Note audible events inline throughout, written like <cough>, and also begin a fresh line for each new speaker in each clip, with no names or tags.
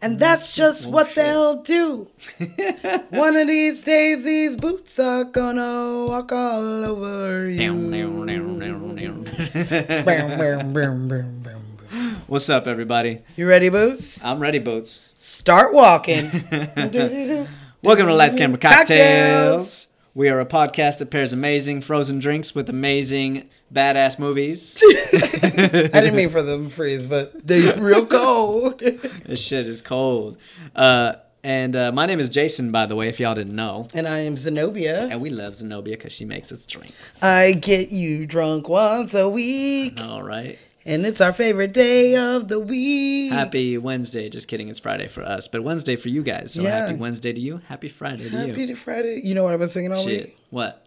And that's just what they'll do. One of these days, these boots are gonna walk all over you. Bam, bam, bam, bam, bam, bam.
What's up, everybody?
You ready, Boots?
I'm ready, Boots.
Start walking. Do-do-do.
Welcome to Lights Camera
Cocktails.
Cocktails. We are a podcast that pairs amazing frozen drinks with amazing
<laughs>
badass movies.
I didn't mean for them to freeze, but they're real cold. <laughs>
this shit is cold. Uh, and uh, my name is Jason, by the way, if y'all didn't know.
and I am Zenobia.
And we love Zenobia because she makes us drink.
I get you drunk once a week,
All right.
and it's our favorite day of the week.
Happy Wednesday. Just kidding, it's Friday for us, but Wednesday for you guys. So
Yeah.
happy Wednesday to you. Happy Friday to you.
Happy Friday. You know what I've been singing all
Shit.
week?
What?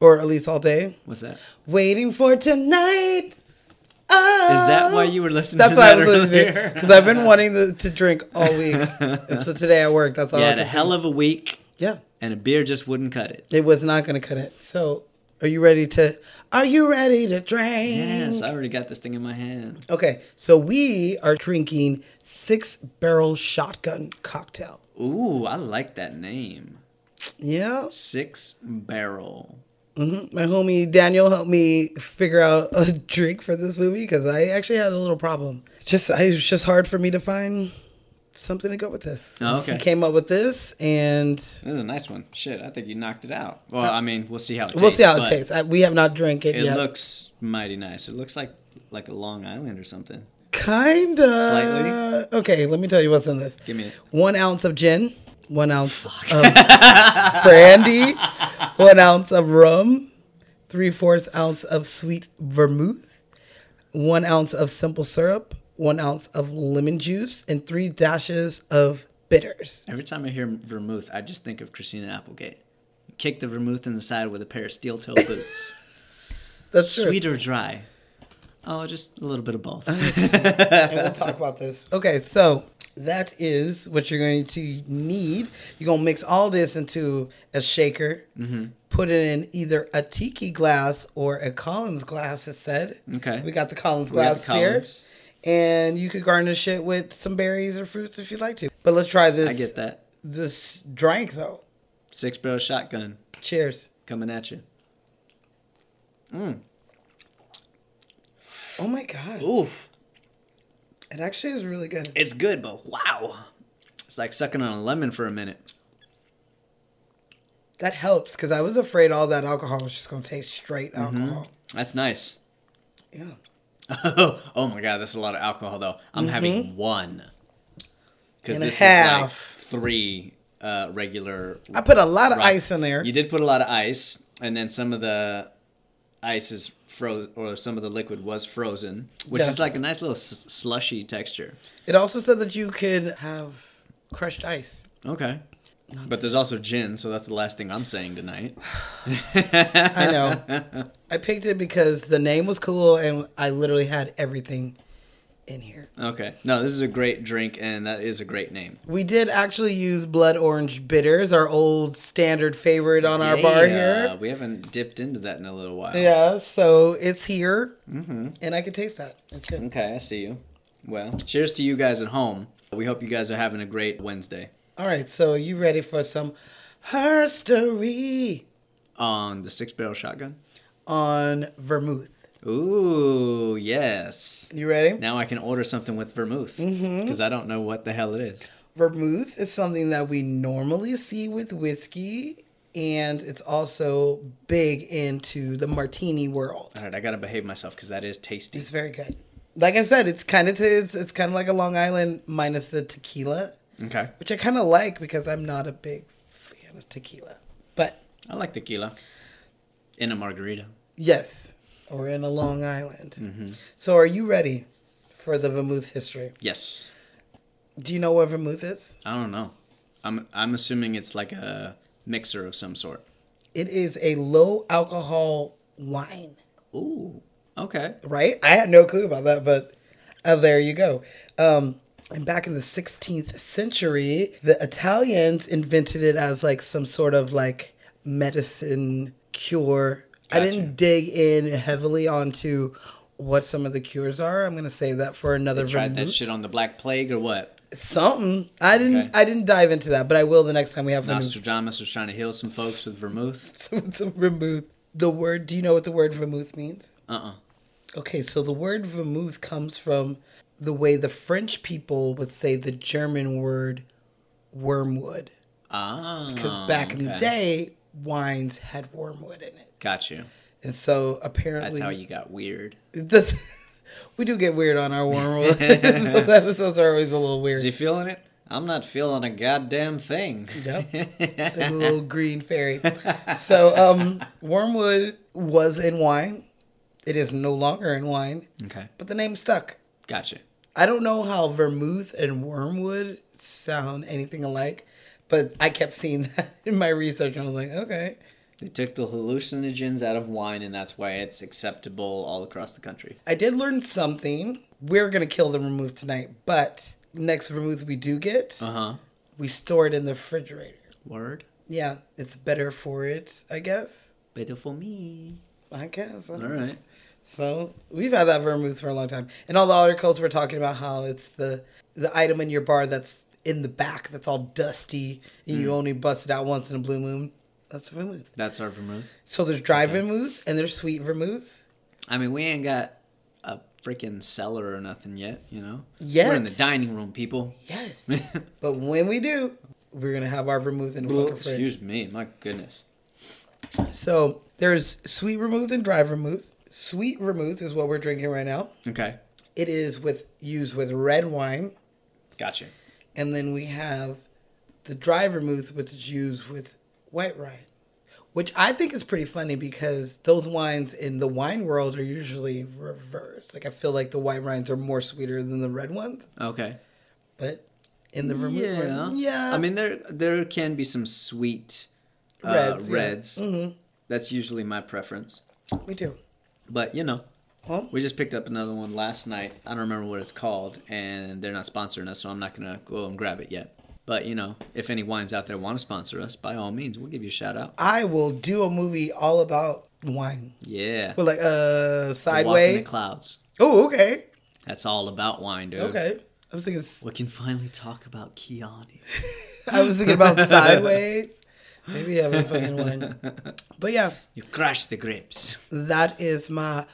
Or at least all day?
What's that? Is
Waiting for tonight. Oh.
that why you were
<laughs>
listening
That's
to
why I
that
was listening
earlier?
because I've been wanting to, to drink all week, and so today I worked. That's all.
<laughs> yeah,
I
had a
kept
hell of a week,
saying.
and a beer just wouldn't cut it.
yeah, it was not going to cut it. So, are you ready to? Are you ready to drink?
Yes, I already got this thing in my hand.
Okay, so we are drinking Six Barrel Shotgun Cocktail.
Ooh, I like that name.
Yeah,
Six Barrel.
Mhm. my homie Daniel helped me figure out a drink for this movie because I actually had a little problem. Just I, it was just hard for me to find something to go with this.
Oh, okay.
He came up with this, and
This is a nice one. Shit, I think you knocked it out. Well, I mean, we'll see how it tastes.
we'll see how it
but
tastes. I, we have not drank it,
It
yet.
looks mighty nice. It looks like like a Long Island or something.
Kinda.
Slightly?
Okay, let me tell you what's in this.
Give me it.
One ounce of gin, one ounce of
<laughs>
brandy, one ounce of rum, three fourths ounce of sweet vermouth, one ounce of simple syrup, one ounce of lemon juice, and three dashes of bitters.
Every time I hear vermouth, I just think of Christina Applegate. Kick the vermouth in the side with a pair of
<laughs>
steel toe boots.
That's true.
Sweet or dry? Oh, just a little bit
<laughs>
of both.
and we'll talk about this. Okay, so that is what you're going to need. You're gonna mix all this into a shaker.
Mm-hmm.
Put it in either a tiki glass or a Collins glass. It said.
Okay.
We got the Collins
got
glass
the Collins.
here, and you could garnish it with some berries or fruits if you'd like to. But let's try this.
I get that.
This drink though.
Six barrel shotgun
Cheers.
coming at you.
Oh my god,
Oof.
it actually is really good.
It's good, but wow. It's like sucking on a lemon for a minute.
That helps because I was afraid all that alcohol was just gonna taste straight
Mm-hmm.
alcohol.
That's nice. <laughs>
Yeah.
Oh, my god, that's a lot of alcohol though. I'm having one. Because
Mm-hmm. And a half.
like three uh, regular.
I put a lot of
Right.
ice in there.
You did put a lot of ice, and then some of the ice is froze, or some of the liquid was frozen, which
Yeah.
is like a nice little s- slushy texture.
It also said that you could have crushed ice.
Okay. But there's also gin, so that's the last thing I'm saying tonight.
I know. I picked it because the name was cool and I literally had everything in here.
Okay. No, this is a great drink, and that is a great name.
We did actually use blood orange bitters, our old standard favorite on our bar
Yeah,
here.
uh, We haven't dipped into that in a little while.
Yeah, so it's here and I could taste that. It's good.
Okay, I see you. Well, cheers to you guys at home. We hope you guys are having a great Wednesday
All right, so you ready for some herstory
on the Six Barrel Shotgun.
on vermouth?
Ooh, yes.
You ready?
Now I can order something with vermouth because
Mm-hmm.
I don't know what the hell it is.
Vermouth is something that we normally see with whiskey, and it's also big into the martini world.
All right, I gotta behave myself because that is tasty.
It's very good. Like I said, it's kind of t- it's, it's kind of like a Long Island minus the tequila,
Okay,
which I kind of like because I'm not a big fan of tequila. But
I like tequila in a margarita.
yes, we're in a Long Island.
Mm-hmm.
So are you ready for the vermouth history?
Yes,
Do you know what vermouth is?
I don't know. I'm I'm assuming it's like a mixer of some sort.
It is a low alcohol wine.
Ooh, okay.
right? I had no clue about that, but uh, there you go. Um, and back in the 16th century, the Italians invented it as like some sort of like medicine cure. I
Gotcha.
didn't dig in heavily onto what some of the cures are. I'm gonna save that for another
Tried that
vermouth.
shit on the Black Plague or what?
Something. I didn't.
Okay.
I didn't dive into that, but I will the next time we have vermouth.
Nostradamus was trying to heal some folks with vermouth.
<laughs> Some, some vermouth. The word. Do you know what the word vermouth means?
Uh uh
Okay, so the word vermouth comes from the way the French people would say the German word wormwood,
Ah.
because back in the
okay.
day, wines had wormwood in it,
Got you.
and so
That's
apparently
how
<laughs>
you got weird.
That's, we do get weird on our wormwood. <laughs>
<laughs>
Those episodes are always a little
Is
weird.
he feeling it? I'm not feeling a goddamn thing.
Yep. It's like a little green fairy. So, um, wormwood was in wine. It is no longer in wine,
<laughs> okay.
but the name stuck.
Gotcha.
I don't know how vermouth and wormwood sound anything alike, but I kept seeing <laughs> that in my research, and I was like, okay,
They took the hallucinogens out of wine, and that's why it's acceptable all across the country.
I did learn something. We're gonna kill the vermouth tonight, but next vermouth we do get,
Uh huh.
we store it in the refrigerator.
Word.
Yeah, it's better for it, I guess.
Better for me.
I guess. I don't
All
know.
right.
So we've had that vermouth for a long time, and all the articles were talking about how it's the the item in your bar that's in the back that's all dusty and
Mm.
you only bust it out once in a blue moon. That's vermouth.
That's our vermouth.
So there's dry vermouth and there's sweet vermouth.
I mean, we ain't got a freaking cellar or nothing yet, you know? We're in
Yet.
the dining room, people. <laughs>
Yes, but when we do, we're gonna have our vermouth in the fucking fridge.
Excuse me. My goodness.
So there's sweet vermouth and dry vermouth. Sweet vermouth is what we're drinking right now.
Okay.
It is with used with red wine.
Gotcha.
and then we have the dry vermouth, which is used with white wine, which I think is pretty funny because those wines in the wine world are usually reversed. Like I feel like the white wines are more sweeter than the red ones,
Okay.
but in the vermouth,
Yeah.
world, yeah,
I mean, there there can be some sweet uh,
Reds,
reds.
yeah.
Mm-hmm. That's usually my preference.
we do.
But, you know,
Well,
we just picked up another one last night. I don't remember what it's called, and they're not sponsoring us, so I'm not going to go and grab it yet. But, you know, if any wines out there want to sponsor us, by all means, we'll give you a shout out.
I will do a movie all about wine.
Yeah.
Well, like uh,
Walk in the
sideways.
clouds.
Oh, okay,
That's all about wine, dude.
okay. I was thinking
<laughs> We can finally talk about Kiani.
I was thinking
<laughs>
about sideways. Maybe have a fucking wine,
<laughs>
but yeah.
You crush the grapes.
That is my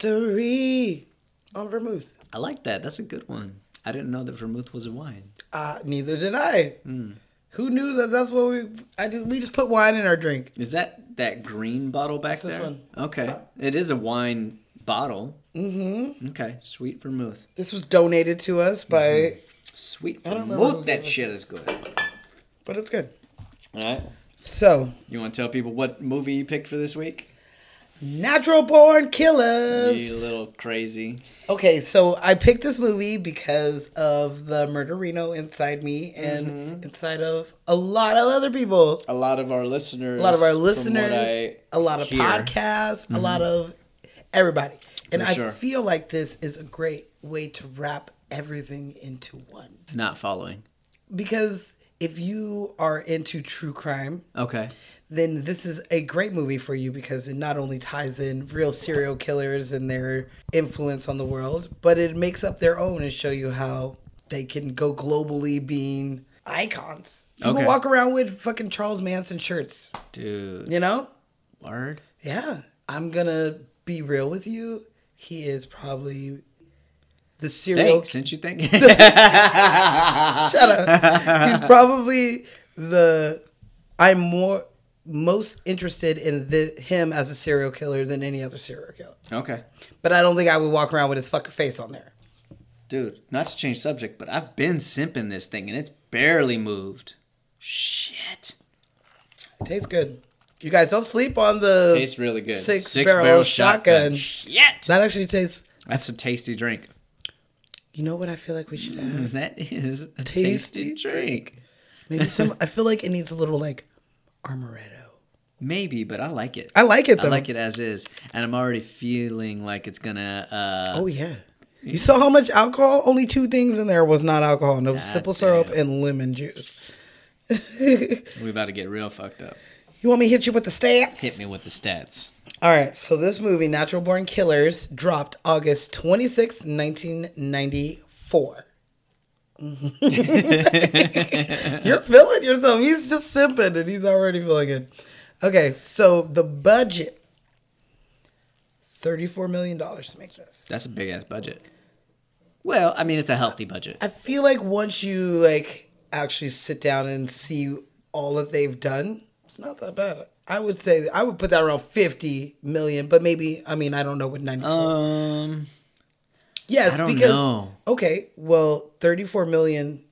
history on vermouth.
I like that. That's a good one. I didn't know that vermouth was a wine.
Uh, neither did I.
Hmm.
Who knew that? That's what we. I just, we just put wine in our drink.
Is that that green bottle back
this
there?
one.
Okay, it is a wine bottle. Mm-hmm. Okay, sweet vermouth.
This was donated to us by,
Mm-hmm. Sweet
don't remember who
vermouth.
gave
That
us
shit is good.
but it's good.
All right.
So,
You want to tell people what movie you picked for this week?
natural born killers.
You little crazy.
Okay, so I picked this movie because of the murderino inside me and
Mm-hmm.
inside of a lot of other people.
A lot of our listeners.
a lot of our
from what
listeners,
I
a lot of
hear- Mm-hmm.
podcasts, a lot of everybody. And
For
I
sure.
feel like this is a great way to wrap everything into one.
Not following.
Because if you are into true crime,
Okay.
then this is a great movie for you because it not only ties in real serial killers and their influence on the world, but it makes up their own and show you how they can go globally being icons. People
Okay.
walk around with fucking Charles Manson shirts,
Dude.
you know?
Word.
Yeah, I'm gonna be real with you. He is probably the serial.
Thanks. Didn't you think?
<laughs> Shut up.
<laughs>
He's probably the. I'm more most interested in the, him as a serial killer than any other serial killer.
okay.
But I don't think I would walk around with his fucking face on there.
Dude, not to change subject, but I've been simping this thing and it's barely moved. Shit.
Tastes good. You guys don't sleep on the
Tastes really good.
Six, barrel, shotgun.
Shit.
That actually tastes.
That's a tasty drink. <laughs>
You know what I feel like we should have?
That is a
Tasty
tasty, drink.
Maybe some. I feel like it needs a little like armoretto.
Maybe, but I like it.
I like it though.
I like it as is. And I'm already feeling like it's gonna uh
Oh yeah. You saw how much alcohol? Only two things in there was not alcohol: no simple syrup
damn.
and lemon juice.
we about to get real fucked up.
You want me to Oh. hit you with the stats?
Hit me with the stats.
All right, so this movie, Natural Born Killers, dropped August 26, <laughs> 1994. You're feeling yourself. He's just simping and he's already feeling good. Okay, so the budget $34 million to make this.
That's a big ass budget. Well, I mean, it's a healthy budget.
I feel like once you like actually sit down and see all that they've done, it's not that bad. I would say I would put that around fifty million, but maybe I mean I don't know what ninety four.
Um,
yes,
I don't
because
know.
okay, well thirty four million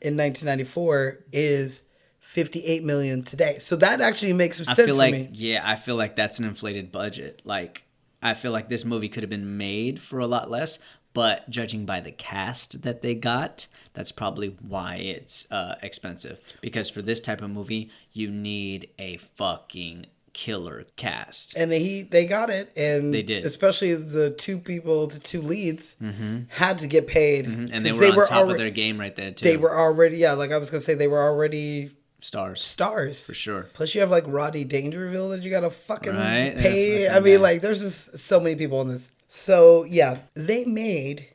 in nineteen ninety four is fifty eight million today, so that actually makes some
I
sense
feel
for
like
me.
yeah, I feel like that's an inflated budget. Like I feel like this movie could have been made for a lot less, but judging by the cast that they got, that's probably why it's uh, expensive. Because for this type of movie, you need a fucking killer cast.
And they he, they got it, and
They did. Mm-hmm.
Especially the two people, the two leads, had to get paid,
And they
'cause
were on top
alre-
of their game right there too.
They were already yeah, like I was gonna say, they were already
stars
stars
for sure.
Plus, you have like Roddy Dangerfield that you gotta fucking
Right?
pay.
Yeah,
I
fucking
mean,
man.
like, there's just so many people in this. So yeah, they made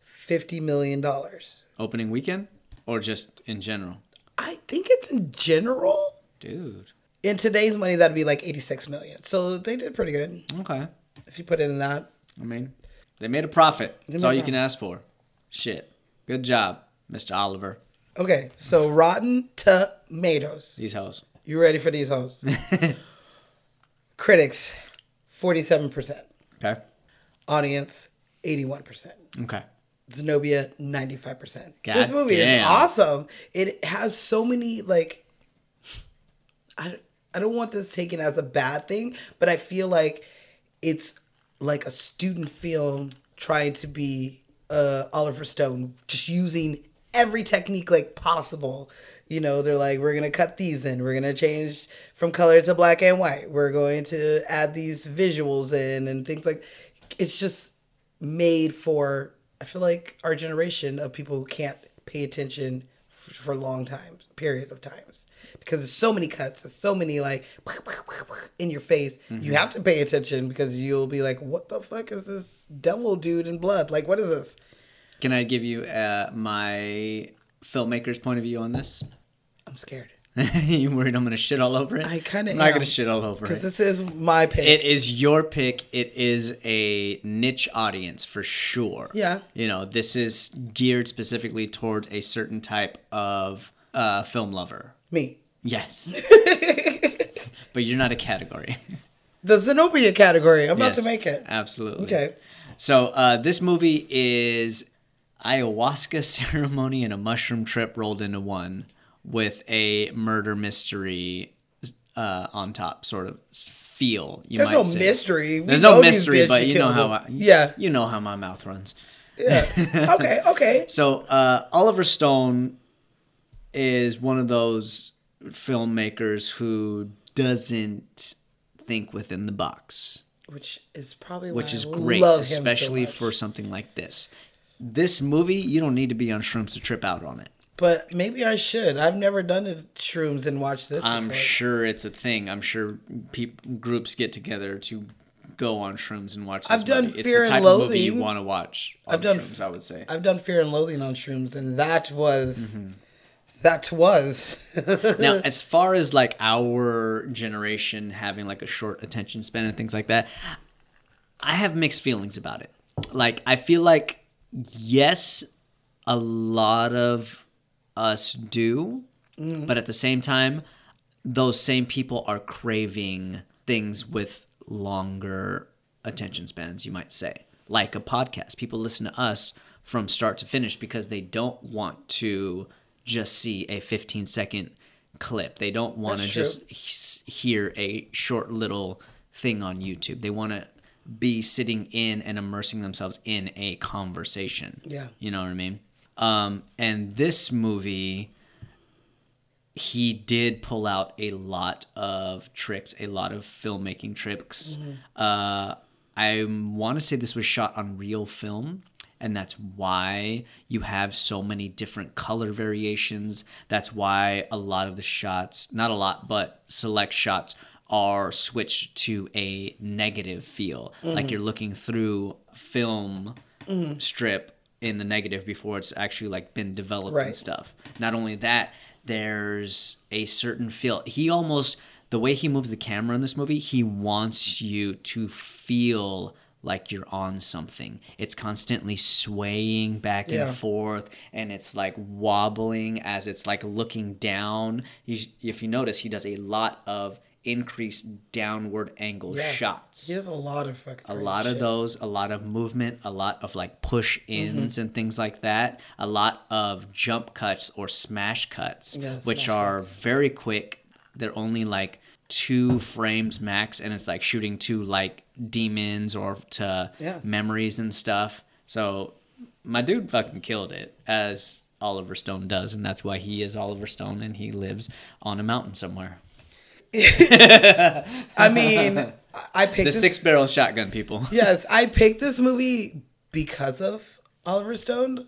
fifty million dollars.
Opening weekend or just in general,
I think it's in general
dude.
in today's money that'd be like eighty six million. So they did pretty good
Okay,
if you put it in that.
I mean, they made a profit. That's
made
all
a
you can ask for. Shit. Good job, Mr. Oliver.
Okay, so Rotten Tomatoes.
These hoes.
You ready for these
<laughs>
hoes? Critics, forty seven percent.
Okay.
Audience, eighty one percent.
Okay.
Zenobia 95%.
God
this movie is
damn.
awesome. It has so many like I I don't want this taken as a bad thing, but I feel like it's like a student film trying to be uh Oliver Stone just using every technique like possible. You know, they're like we're going to cut these in. We're going to change from color to black and white. We're going to add these visuals in and things like it's just made for I feel like our generation of people who can't pay attention f- for long times, periods of times, because there's so many cuts, there's so many like in your face.
Mm-hmm.
You have to pay attention because you'll be like, "What the fuck is this devil dude in blood? Like, what is this?"
Can I give you uh, my filmmaker's point of view on this? <laughs>
I'm scared
you worried I'm going to shit all over it?
I kinda
I'm not
am,
going to shit all over
because
it.
this is my pick.
It is your pick. It is a niche audience for sure.
Yeah.
You know, this is geared specifically towards a certain type of uh, film lover.
Me, <laughs>
Yes. but you're not a category.
the Zenobia category. I'm about to
Yes,
make it.
Absolutely.
Okay.
So uh, this movie is ayahuasca <laughs> ceremony and a mushroom trip rolled into one with a murder mystery uh, on top sort of feel. You
There's
might
no
say.
mystery. We
There's no
know these
mystery,
bitch
but
she
you know
killed
how
him.
I, <laughs>
Yeah.
you know how my mouth runs.
Yeah. okay. Okay.
So uh, Oliver Stone is one of those filmmakers who doesn't think within the box
Which is probably why
which
I
is great,
love him so
especially
much.
for something like this. This movie, you don't need to be on shrooms to trip out on it.
But maybe I should. I've never done the shrooms and watched this
I'm
before.
sure it's a thing. I'm sure peop groups get together to go on shrooms and watch. This
I've done
movie.
Fear
it's
and
the type of movie you
Loathing.
want to watch. On
I've done
shrooms, I would say.
I've done Fear and Loathing on shrooms, and that was
Mm-hmm.
that was
<laughs> now, as far as like our generation having like a short attention span and things like that, I have mixed feelings about it. Like, I feel like, yes, a lot of us do,
Mm.
but at the same time, those same people are craving things with longer attention spans, you might say, like a podcast. People listen to us from start to finish because they don't want to just see a 15 second clip. They don't want to
That's true.
just he- hear a short little thing on YouTube. They want to be sitting in and immersing themselves in a conversation.
Yeah.
You know what I mean? Um, and this movie, he did pull out a lot of tricks, a lot of filmmaking tricks. Uh, I want to say this was shot on real film, and that's why you have so many different color variations. That's why a lot of the shots, not a lot, but select shots are switched to a negative feel. Like you're looking through film strip in the negative before it's actually like been developed
Right.
and stuff. Not only that, there's a certain feel. He almost the way he moves the camera in this movie, he wants you to feel like you're on something. It's constantly swaying back
Yeah.
and forth and it's like wobbling as it's like looking down. He's, if you notice, he does a lot of increased downward angle
Yeah.
shots
He has a lot of fucking.
a lot of those, a lot of movement, a lot of like push
Mm-hmm.
ins and things like that, a lot of jump cuts or smash cuts,
Yeah,
which
smash
are very quick. They're only like two frames max, and it's like shooting to like demons or to
Yeah.
memories and stuff. So my dude fucking killed it as Oliver Stone does, and that's why he is Oliver Stone and he lives on a mountain somewhere.
I
<laughs>
mean, I- I picked
The
this.
six barrel shotgun people.
yes, I picked this movie because of Oliver Stone.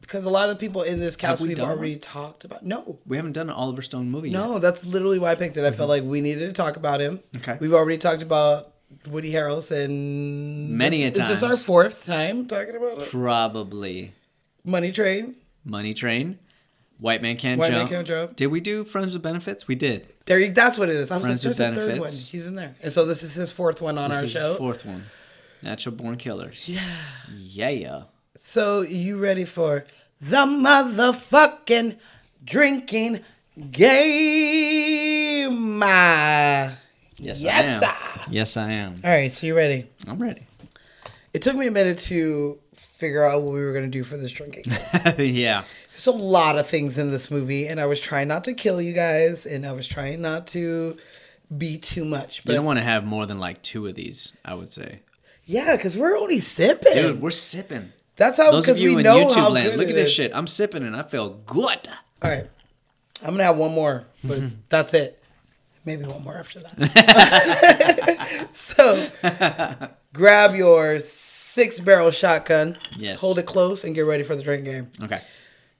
Because a lot of people in this cast
Mm-hmm. we
we have
done one?
already talked about. No,
<laughs> We haven't done an Oliver Stone movie yet.
no, that's literally why I picked it. I felt like we needed to talk about him.
Mm-hmm. Okay.
we've already talked about Woody Harrelson
Many a
Is this our
times.
fourth time talking about it?
Probably.
Money Train?
Money Train, White Man Can't
White Man
Jump.
Can't Jump.
Did we do Friends with Benefits? We did.
There, you, that's what it is. I was
Friends
like,
with
there's a third one.
Benefits.
He's in there, and so this is his fourth one on
This
our
is
show.
the fourth one. Natural Born Killers. Yeah. Yeah.
So you ready for the motherfucking drinking game? Yes,
Yes,
yes
I
sir.
am. Yes, I am.
All right, so you ready?
I'm ready. <laughs>
It took me a minute to figure out what we were gonna do for this drinking. game.
yeah.
There's a lot of things in this movie, and I was trying not to kill you guys, and I was trying not to be too much.
You
But
don't want to have more than like two of these, I would say.
yeah, because we're only sipping.
Dude, we're sipping.
That's how
Those of
because
you
Oh, we
in
know how
YouTube land,
good
look
it
at this
is.
shit. I'm sipping and I feel good.
All right. I'm gonna have one more,
<laughs>
but that's it. Maybe one more after that.
<laughs>
<laughs> so grab your six barrel shotgun.
Yes.
Hold it close and get ready for the drink game.
Okay.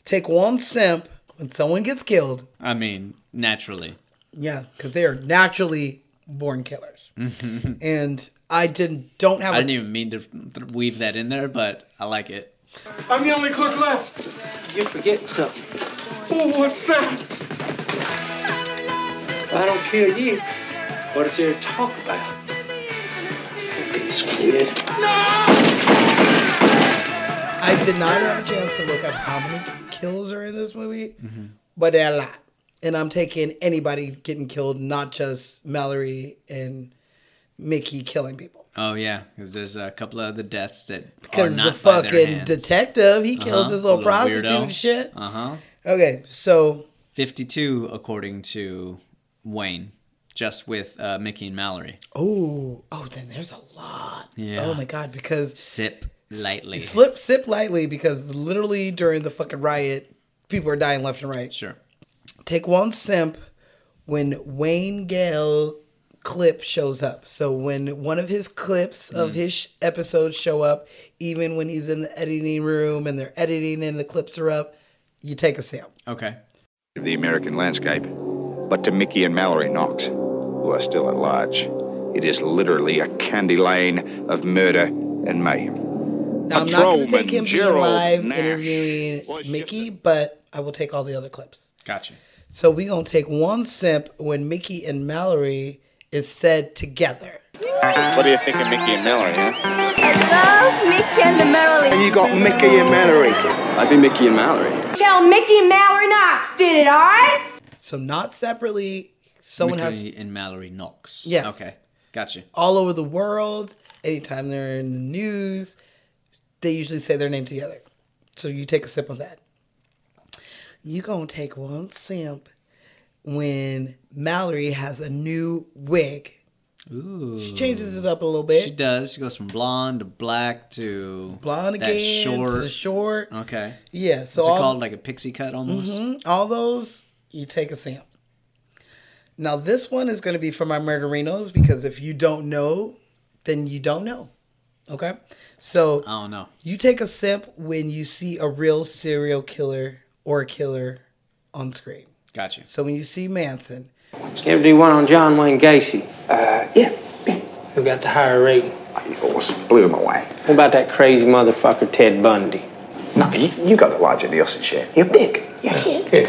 Take one simp when someone gets killed.
I mean, naturally.
Yeah, because they are naturally born killers. and I didn't don't have
Mm-hmm. I
a
didn't even mean to th- weave that in there, but I like it.
I'm the only clerk left.
You're forgetting something.
Oh, what's that?
I don't care you. What is there to talk about? Okay, squid.
I did not have a chance to look up how many kills are in this movie,
Mm-hmm.
but there are a lot. And I'm taking anybody getting killed, not just Mallory and Mickey killing people.
Oh yeah, because there's a couple of other deaths that
Because
are
the
not by their
fucking
hands.
detective, he kills
Uh-huh,
his little,
little
prostitute
weirdo.
and shit.
Uh-huh.
Okay, so
52 according to Wayne, just with uh, Mickey and Mallory.
oh, oh, then there's a lot.
Yeah.
Oh my god, because
Sip lightly.
slip, sip lightly, because literally during the fucking riot, people are dying left and right.
Sure.
Take one simp when Wayne Gale clip shows up. So when one of his clips
Mm.
of his sh- episodes show up, even when he's in the editing room and they're editing and the clips are up, you take a simp.
Okay.
of the American landscape, but to Mickey and Mallory Knox, who are still at large. It is literally a candy lane of murder and mayhem.
Now I'm not going to take
Patrolman
him being
Gerald
live
Nash was
interviewing
just
Mickey, but I will take all the other clips.
Gotcha.
So we going to take one simp when Mickey and Mallory is said together.
What do you think of Mickey and Mallory, huh?
Love Mickey and the Marilyn.
You got Mickey and Mallory.
I'd be Mickey and Mallory.
Tell Mickey and Mallory Knox did it, all right?
So not separately, someone has
Mickey and Mallory Knox.
Yes.
Okay. Gotcha.
all over the world. Anytime they're in the news, they usually say their name together. So you take a sip on that. You gonna take one simp when Mallory has a new wig.
Ooh.
She changes it up a little
She
bit.
does. She goes from blonde to black to
Blonde
that
again, to the short.
Okay.
Yeah, so
Is it
all,
called like a pixie cut almost?
Mhm, all those, you take a simp. Now this one is gonna be for my murderinos because if you don't know, then you don't know. Okay? So
I don't know.
You take a sip when you see a real serial killer or a killer on screen.
Gotcha.
So when you see Manson,
Ever do one on John Wayne Gacy?
Uh, yeah. yeah.
Who got the higher rating?
Awesome. Blew him away.
What about that crazy motherfucker Ted Bundy?
No, you, you got the larger Nielsen share. You're big. You're big.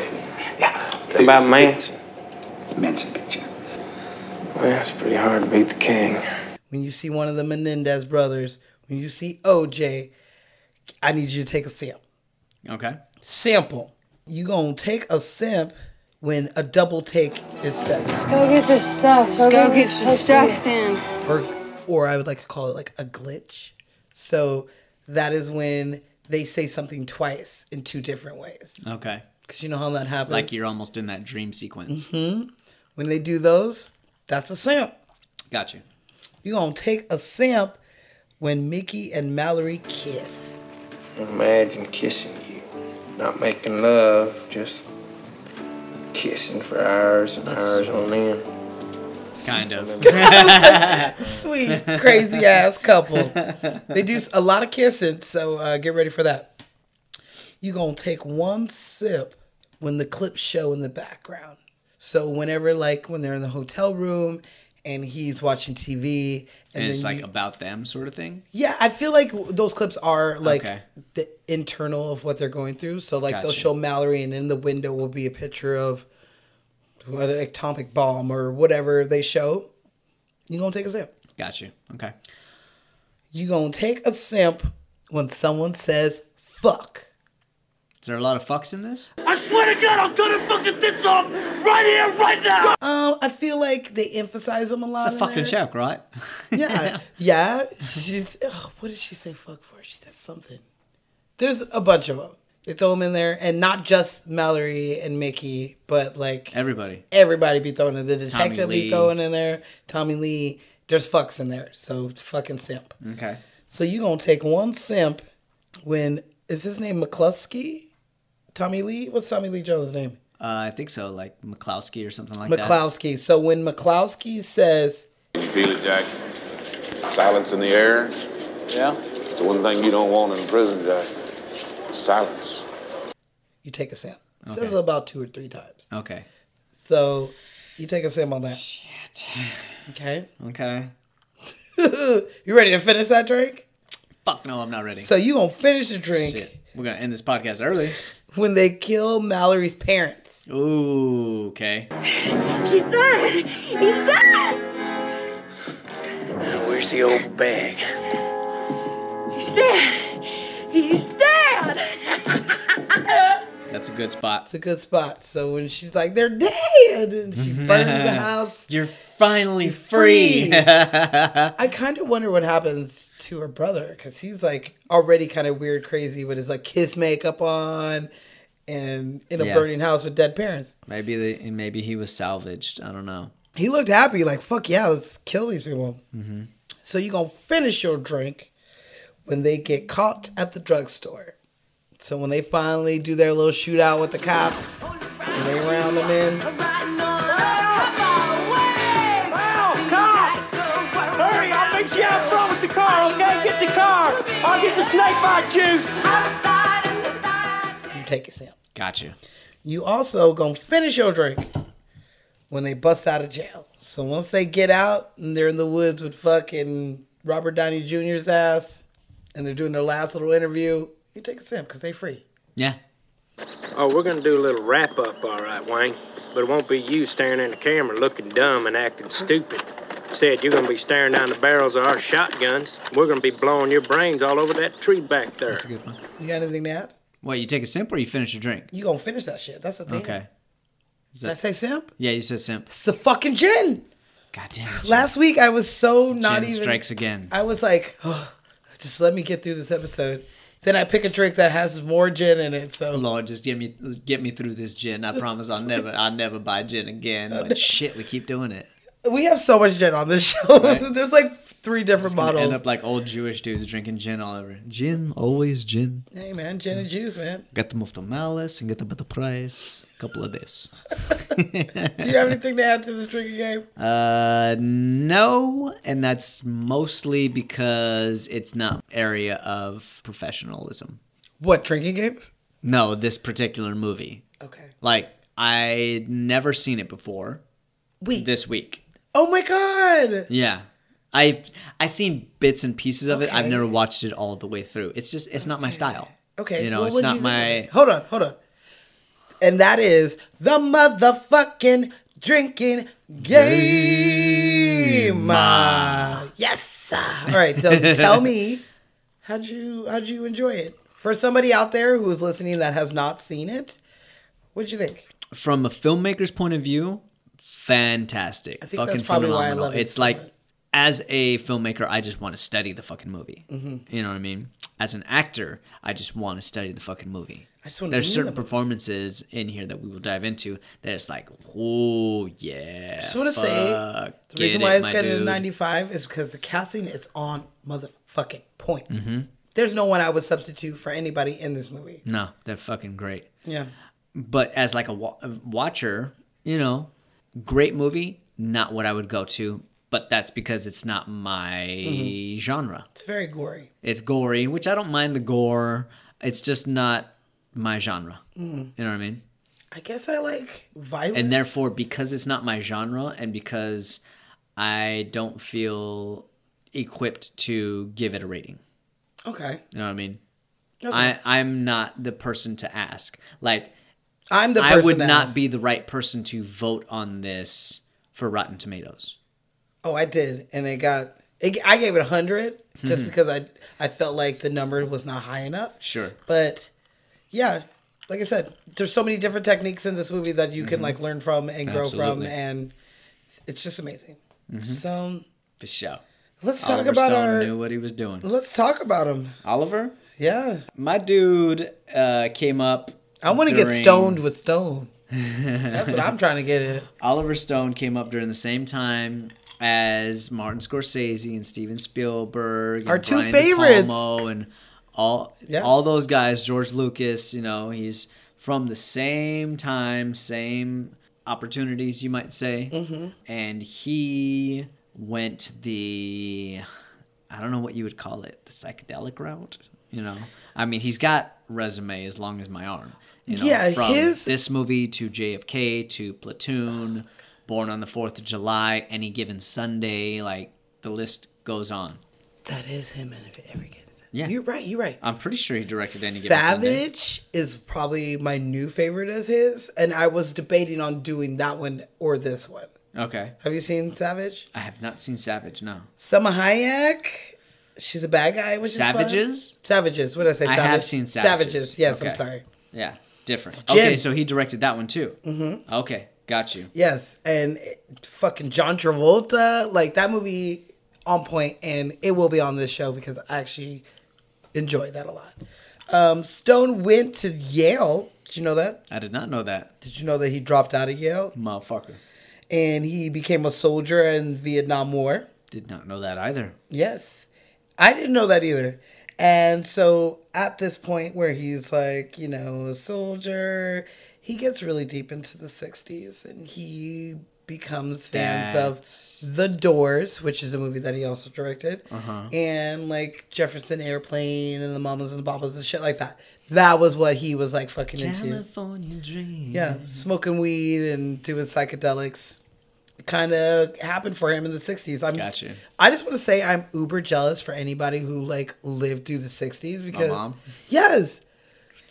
Yeah.
What about Manson?
Manson picture.
Well, it's pretty hard to beat the king.
When you see one of the Menendez brothers, when you see OJ, I need you to take a sample.
Okay.
Sample. You gonna take a simp when a double take is set,
Go get the stuff. Go,
Go get your stuff then.
or or I would like to call it like a glitch. So that is when they say something twice in two different ways.
Okay.
Because you know how that happens.
Like you're almost in that dream sequence.
Mm-hmm. when they do those, that's a simp.
Got you.
You gonna take a simp when Mickey and Mallory kiss.
Imagine kissing you. Not making love, just kissing for hours and hours on end.
Kind <laughs> of.
Sweet,
<laughs>
crazy ass couple. They do a lot of kissing, so uh, get ready for that. You gonna take one sip when the clips show in the background. So whenever, like, when they're in the hotel room and he's watching TV, and,
And it's
then
like
you-
about them sort of thing.
Yeah, I feel like those clips are like
Okay.
the internal of what they're going through. So like they'll
Gotcha.
show Mallory, and in the window will be a picture of what an atomic bomb or whatever they show. You gonna take a sip?
Got you. Okay.
You gonna take a simp when someone says fuck?
Is there a lot of fucks in this?
I swear to God, I'll cut her fucking tits off right here, right now.
Um, I feel like they emphasize them a lot.
It's a
in
fucking
there.
joke, right? <laughs>
Yeah, yeah. She's, oh, what did she say fuck for? She said something. There's a bunch of them. They throw them in there, and not just Mallory and Mickey, but like
Everybody.
everybody be thrown in. The
Tommy
detective be
Lee.
thrown in there. Tommy Lee. There's fucks in there. So fucking simp.
Okay.
So you gonna take one simp when is his name McCluskey? Tommy Lee? What's Tommy Lee Jones' name?
Uh, I think so, like McCloskey or something like that.
McClowski. So when McClowski says
You feel it, Jack? Silence in the air.
Yeah.
It's the one thing you don't want in prison, Jack. Silence.
you take a simp. He says it about two or three times.
Okay.
So you take a simp on that. Shit. Okay. <laughs>
Okay.
you ready to finish that drink?
Fuck no, I'm not ready.
So you gonna finish the drink
Shit. We're gonna end this podcast early.
when they kill Mallory's parents.
Ooh, okay.
He's dead. He's dead.
Now, where's the old bag?
He's dead. He's dead.
That's a good spot.
It's a good spot. So when she's like, they're dead, and she burns the house
You're finally free. <laughs>
I kind of wonder what happens to her brother because he's like already kind of weird, crazy with his like kiss makeup on and in a
Yeah.
burning house with dead parents.
maybe they, and maybe he was salvaged. I don't know.
He looked happy, like, fuck yeah, let's kill these people.
Mm-hmm.
So you going to finish your drink when they get caught at the drugstore. So when they finally do their little shootout with the cops and they round them in.
Ow, cop! Hurry, I'll meet you out front with the car, okay? Get the car. I'll get the snake bite juice.
You take it, Sam.
Got you.
You also gonna finish your drink when they bust out of jail. So once they get out and they're in the woods with fucking Robert Downey Jr.'s ass, and they're doing their last little interview, you take a sip because they free.
Yeah.
Oh, we're gonna do a little wrap up, all right, Wayne. But it won't be you staring in the camera looking dumb and acting stupid. Instead, you're gonna be staring down the barrels of our shotguns. We're gonna be blowing your brains all over that tree back there.
That's a good one.
You got anything to add?
What, you take a simp or you finish your drink?
You gonna finish that shit? That's the thing.
Okay.
Did I say simp?
Yeah, you said simp.
It's the fucking gin.
God damn it. Jim.
Last week I was so not
Gin
even.
strikes again.
I was like, oh, just let me get through this episode. Then I pick a drink that has more gin in it. So
Lord, just get me get me through this gin. I promise I'll never I'll never buy gin again. But shit, we keep doing it.
we have so much gin on this <laughs> show. There's like three different
Gonna
models.
End up like old Jewish dudes drinking gin all over. Gin, always gin.
Hey man, gin and juice, man.
Get them off the malice and get them at the price. Couple of days.
You have anything to add to this drinking game?
Uh, no, and that's mostly because it's not area of professionalism.
What drinking games?
No, this particular movie.
Okay.
Like I'd never seen it before.
Week.
this week.
Oh my god.
Yeah. I I seen bits and pieces of it. I've
Okay.
never watched it all the way through. It's just it's not my style.
Okay.
You know,
what
it's
would
not
you think of
my
it? Hold on, hold on. And that is the motherfucking drinking game. Uh, Yes. All right. So
<laughs>
tell me, how'd you how'd you enjoy it? For somebody out there who is listening that has not seen it, what'd you think?
from a filmmaker's point of view, fantastic.
think
fucking
that's probably why I
phenomenal.
love it
it's
so
like
much.
as a filmmaker, I just want to study the fucking movie.
Mm-hmm.
You know what I mean? As an actor, I just want to study the fucking movie.
I just wanna be
There's
in
certain
the movie.
performances in here that we will dive into that it's like, oh yeah.
Just want to say the
fuck,
reason
get
why
it,
it's
my
getting a
dude.
95 is because the casting is on motherfucking point.
Mm-hmm.
There's no one I would substitute for anybody in this movie.
No, they're fucking great.
Yeah.
but as like a, wa- a watcher, you know, great movie, not what I would go to, but that's because it's not my genre.
It's very gory.
It's gory, which I don't mind the gore. It's just not my genre. You know what I mean?
I guess I like violence.
And therefore, because it's not my genre and because I don't feel equipped to give it a rating.
okay.
You know what I mean?
okay.
I, I'm not the person to ask. Like,
I'm the
I
person
would
that
not
has-
be the right person to vote on this for Rotten Tomatoes.
Oh, I did, and it got. It, I gave it hundred
Mm-hmm.
just because I I felt like the number was not high enough.
Sure.
But yeah, like I said, there's so many different techniques in this movie that you can like learn from and grow
Mm-hmm. Absolutely.
from, and it's just amazing. So
For sure.
let's talk
Oliver
about
Stone
our.
knew what he was doing.
Let's talk about them.
Oliver,
Yeah,
my dude, uh, came up.
I want to get
during-
stoned with
<laughs>
stone. That's what I'm trying to get at.
Oliver Stone came up during the same time as Martin Scorsese and Steven Spielberg, and
Our two
De
favorites.
Palma and all
Yeah.
all those guys. George Lucas, you know, he's from the same time, same opportunities, you might say,
Mm-hmm.
and he went the I don't know what you would call it, the psychedelic route. You know, I mean, he's got resume as long as my arm. You know,
Yeah,
from
his-
this movie to JFK to Platoon, Born on the Fourth of July, Any Given Sunday, like the list goes on.
That is him and every kid.
Yeah.
you're right. You're right.
I'm pretty sure he directed Any Given Sunday.
Savage is probably my new favorite of his, and I was debating on doing that one or this one.
Okay,
Have you seen Savage?
I have not seen Savage. No,
Selma Hayek, she's a bad guy, which is
Savages.
fun. Savages. What did I say?
I
Savage?
have seen Savages.
Yes, I'm
Okay.
sorry.
Yeah, different.
Jim.
Okay, so he directed that one too. Mm-hmm. Okay, got you.
Yes, and it- fucking John Travolta, like that movie on point, and it will be on this show because I actually enjoyed that a lot. Um, Stone went to Yale. Did you know that?
I did not know that,
Did you know that he dropped out of Yale?
motherfucker.
and he became a soldier in Vietnam War.
Did not know that either.
Yes. I didn't know that either. And so at this point where he's like, you know, a soldier, he gets really deep into the 60s and he becomes fans of The Doors, which is a movie that he also directed, and like Jefferson Airplane and the Mamas and the Papas and shit like that. That was what he was like fucking into.
California Dream.
Yeah, smoking weed and doing psychedelics kind of happened for him in the 60s. I'm
Gotcha.
I just want to say I'm uber jealous for anybody who like lived through the 60s because
mom?
yes,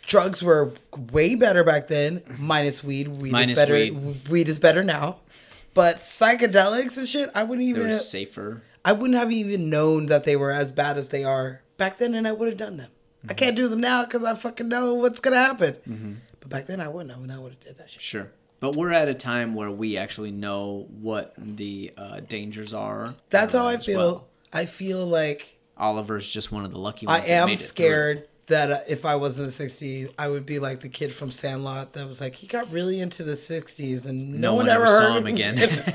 drugs were way better back then minus weed. Weed is
Minus
better
weed.
weed. is better now. But psychedelics and shit, I wouldn't
They
even
were safer.
I wouldn't have even known that they were as bad as they are back then and I would have done them.
Mm-hmm.
I can't do them now because I fucking know what's gonna happen. But back then I wouldn't. I would have did that shit.
Sure. But we're at a time where we actually know what the uh, dangers are.
That's how
uh,
I
as
feel.
well.
I feel like
Oliver's just one of the lucky
I
ones. that made
am
it through.
scared that uh, if I was in the 60s, I would be like the kid from Sandlot that was like, he got really into the 60s and no,
No
one, ever heard
saw
<laughs>
him again.
that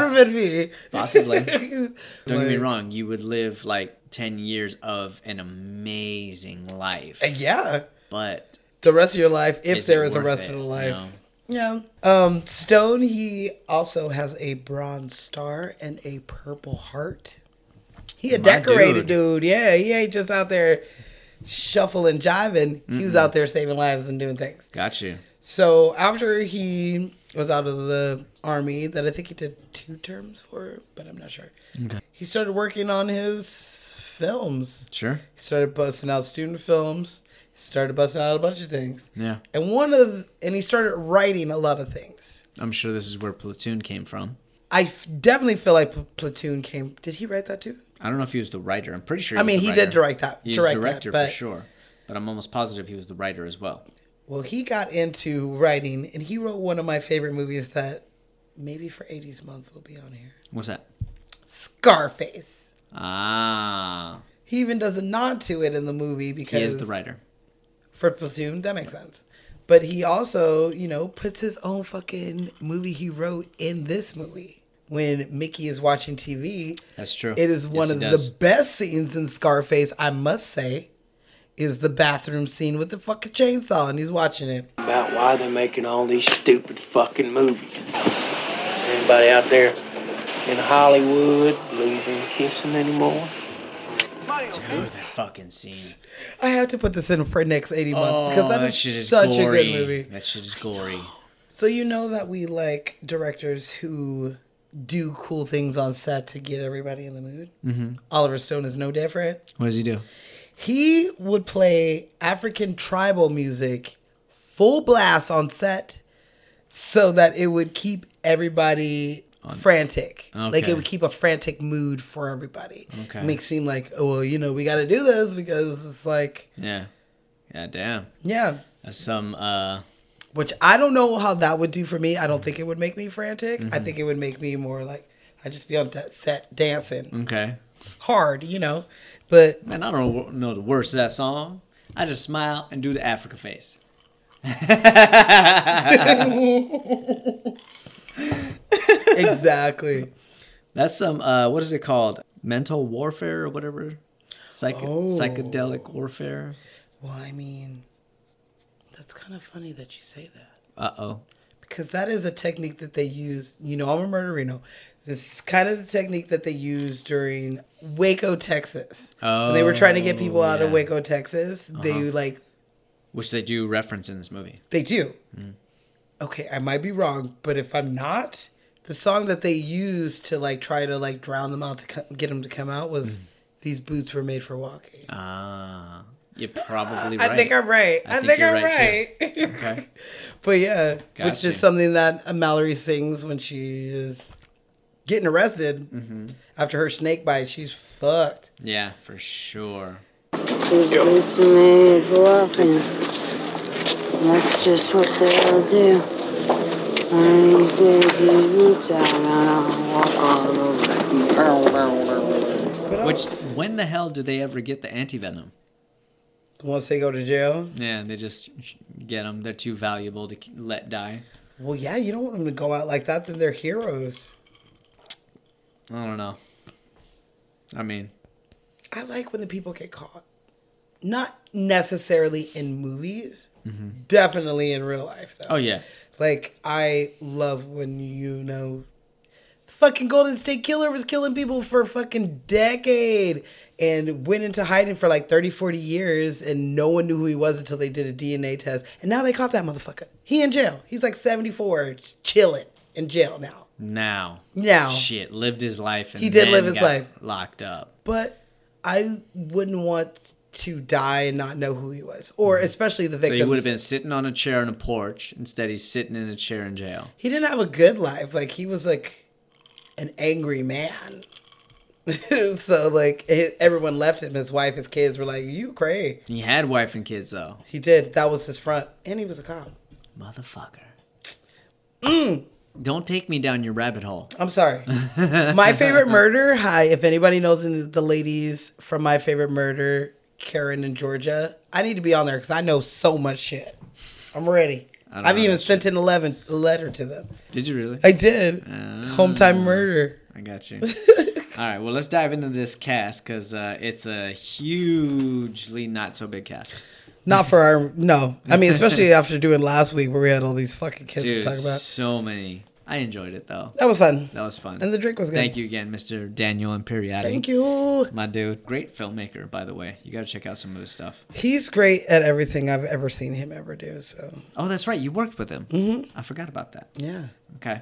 would have been me. <laughs>
Possibly. <laughs> Don't get me
Like-
wrong. You would live like 10 years of an amazing life.
And yeah,
But
the rest of your life, if
Is
there
it
is a
worth
rest
it?
of your life.
No.
Yeah. Um, Stone, he also has a bronze star and a purple heart. He a
My
decorated dude.
dude.
Yeah, he ain't just out there shuffling, jiving. He was out there saving lives and doing things.
got you.
So after he was out of the army that I think he did two terms for, but I'm not sure.
Okay.
He started working on his films.
Sure.
He started busting out student films. He started busting out a bunch of things.
Yeah.
And one of the, and he started writing a lot of things.
I'm sure this is where Platoon came from.
I f- definitely feel like Pl- Platoon came. Did he write that too?
I don't know if he was the writer. I'm pretty sure.
I mean,
was the
he did
writer.
direct that.
He's
direct
director
that, but
for sure, but I'm almost positive he was the writer as well.
Well, he got into writing, and he wrote one of my favorite movies that maybe for 80s month will be on here.
What's that?
Scarface.
Ah,
He even does a nod to it in the movie
he
because
is the writer.
for Platoon. That makes sense. But he also, you know, puts his own fucking movie he wrote in this movie. When Mickey is watching TV,
That's true.
it is
Yes,
one
he
of
does.
the best scenes in Scarface, I must say, is the bathroom scene with the fucking chainsaw and he's watching it.
About why they're making all these stupid fucking movies. Anybody out there in Hollywood losing kissing anymore?
Dude, that fucking scene.
I have to put this in for next 80 month
Oh,
because that
that
is
shit is
such
gory.
a good movie.
That shit is gory.
So you know that we like directors who do cool things on set to get everybody in the mood. Mm-hmm. Oliver Stone is no different.
What does he do?
He would play African tribal music full blast on set so that it would keep everybody frantic. Like
Okay.
it would keep a frantic mood for everybody.
Okay.
Make it seem like, oh, well, you know, we got to do this because it's like,
Yeah. Yeah. Damn.
yeah.
That's some. Uh.
Which I don't know how that would do for me. I don't think it would make me frantic.
Mm-hmm.
I think it would make me more like, I'd just be on that set dancing
Okay.
hard, you know?
<laughs>
But
Man, I don't know the words to that song. I just smile and do the Africa face.
exactly.
That's some. Uh. What is it called? Mental warfare or whatever. Psych-
Oh.
Psychedelic warfare.
Well, I mean, that's kind of funny that you say that
Uh oh.
because that is a technique that they use. You know, I'm a murderino. This is kind of the technique that they used during Waco, Texas. When they were trying to get people out
Oh, yeah. Uh-huh.
of Waco, Texas. They like
Which they do reference in this movie.
they do.
Mm.
Okay, I might be wrong, but if I'm not, the song that they used to like try to like drown them out to co- get them to come out
Mm.
was "These Boots Were Made for Walking."
Ah. You're probably
<laughs>
right.
I think I'm right. I, think,
you're
I'm
right,
right. <laughs>
Okay.
But yeah, which
Gotcha.
is something that Mallory sings when she is getting arrested after her snake bite. She's fucked.
Yeah, for sure.
These boots are made for walking. That's just what they'll do. One of these days, these boots are gonna walk all over.
Which when the hell did they ever get the anti venom?
Once they go to jail,
Yeah, they just get them. They're too valuable to k- let die.
well, yeah, you don't want them to go out like that. Then they're heroes.
I don't know. I mean,
I like when the people get caught. Not necessarily in movies, definitely in real life though.
oh yeah,
Like I love when you know the fucking Golden State Killer was killing people for a fucking decade and went into hiding for like 30 40 years and no one knew who he was until they did a DNA test. And now they caught that motherfucker. He in jail. He's like 74 chilling in jail now.
now,
Now.
shit, lived his life. And
He did
then
live his
got
life.
locked up.
But I wouldn't want to die and not know who he was or especially the
Mm-hmm. So
victims.
he would have been sitting on a chair on a porch. Instead, he's sitting in a chair in jail.
he didn't have a good life. Like he was like an angry man. <laughs> so like his, everyone left him. His wife, his kids were like, "You crazy."
He had wife and kids though.
He did. That was his front, and he was a cop.
Motherfucker.
Mm.
Don't take me down your rabbit hole.
I'm
<laughs>
sorry. my favorite murder. Hi, if anybody knows any of the ladies from my favorite murder, Karen and Georgia, I need to be on there because I know so much shit. I'm ready.
don't
I've
know
even
that
sent an eleven a letter to them.
Did you really?
I did.
Uh,
Hometime murder.
I
<laughs>
got you. All right, well, let's dive into this cast because uh, it's a hugely not so big cast.
Not for
<laughs>
our no. I mean, especially after doing last week where we had all these fucking kids
Dude,
to talk about.
so many. I enjoyed it though.
That was fun.
That was fun.
And the drink was good.
Thank you again, Mr. Daniel Imperiati.
Thank you.
my dude. Great filmmaker, by the way. You got to check out some of his stuff.
He's great at everything I've ever seen him ever do. So
Oh, that's right. You worked with him. Mm-hmm. I forgot about that.
yeah.
Okay.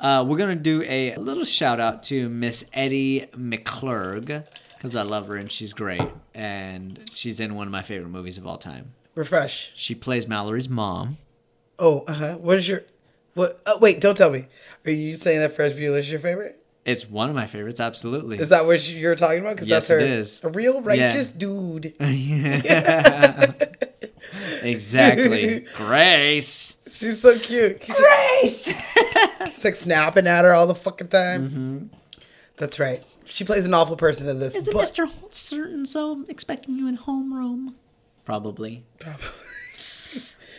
Uh, we're going to do a little shout out to Miss Eddie McClurg because I love her and she's great. And she's in one of my favorite movies of all time.
Refresh.
She plays Mallory's mom.
Oh, uh huh. What is your? What? Oh, wait, don't tell me. Are you saying that Ferris Bueller is your favorite?
It's one of my favorites, absolutely.
Is that what you're talking about? Because
Yes,
that's her.
it is.
A real righteous
Yeah. <laughs>
dude.
<laughs>
<laughs>
exactly. Grace.
She's so cute. She's He's like snapping at her all the fucking time.
Mm-hmm.
That's right. She plays an awful person in this.
Isn't
but
Mr. Holt certain so expecting you in homeroom? Probably.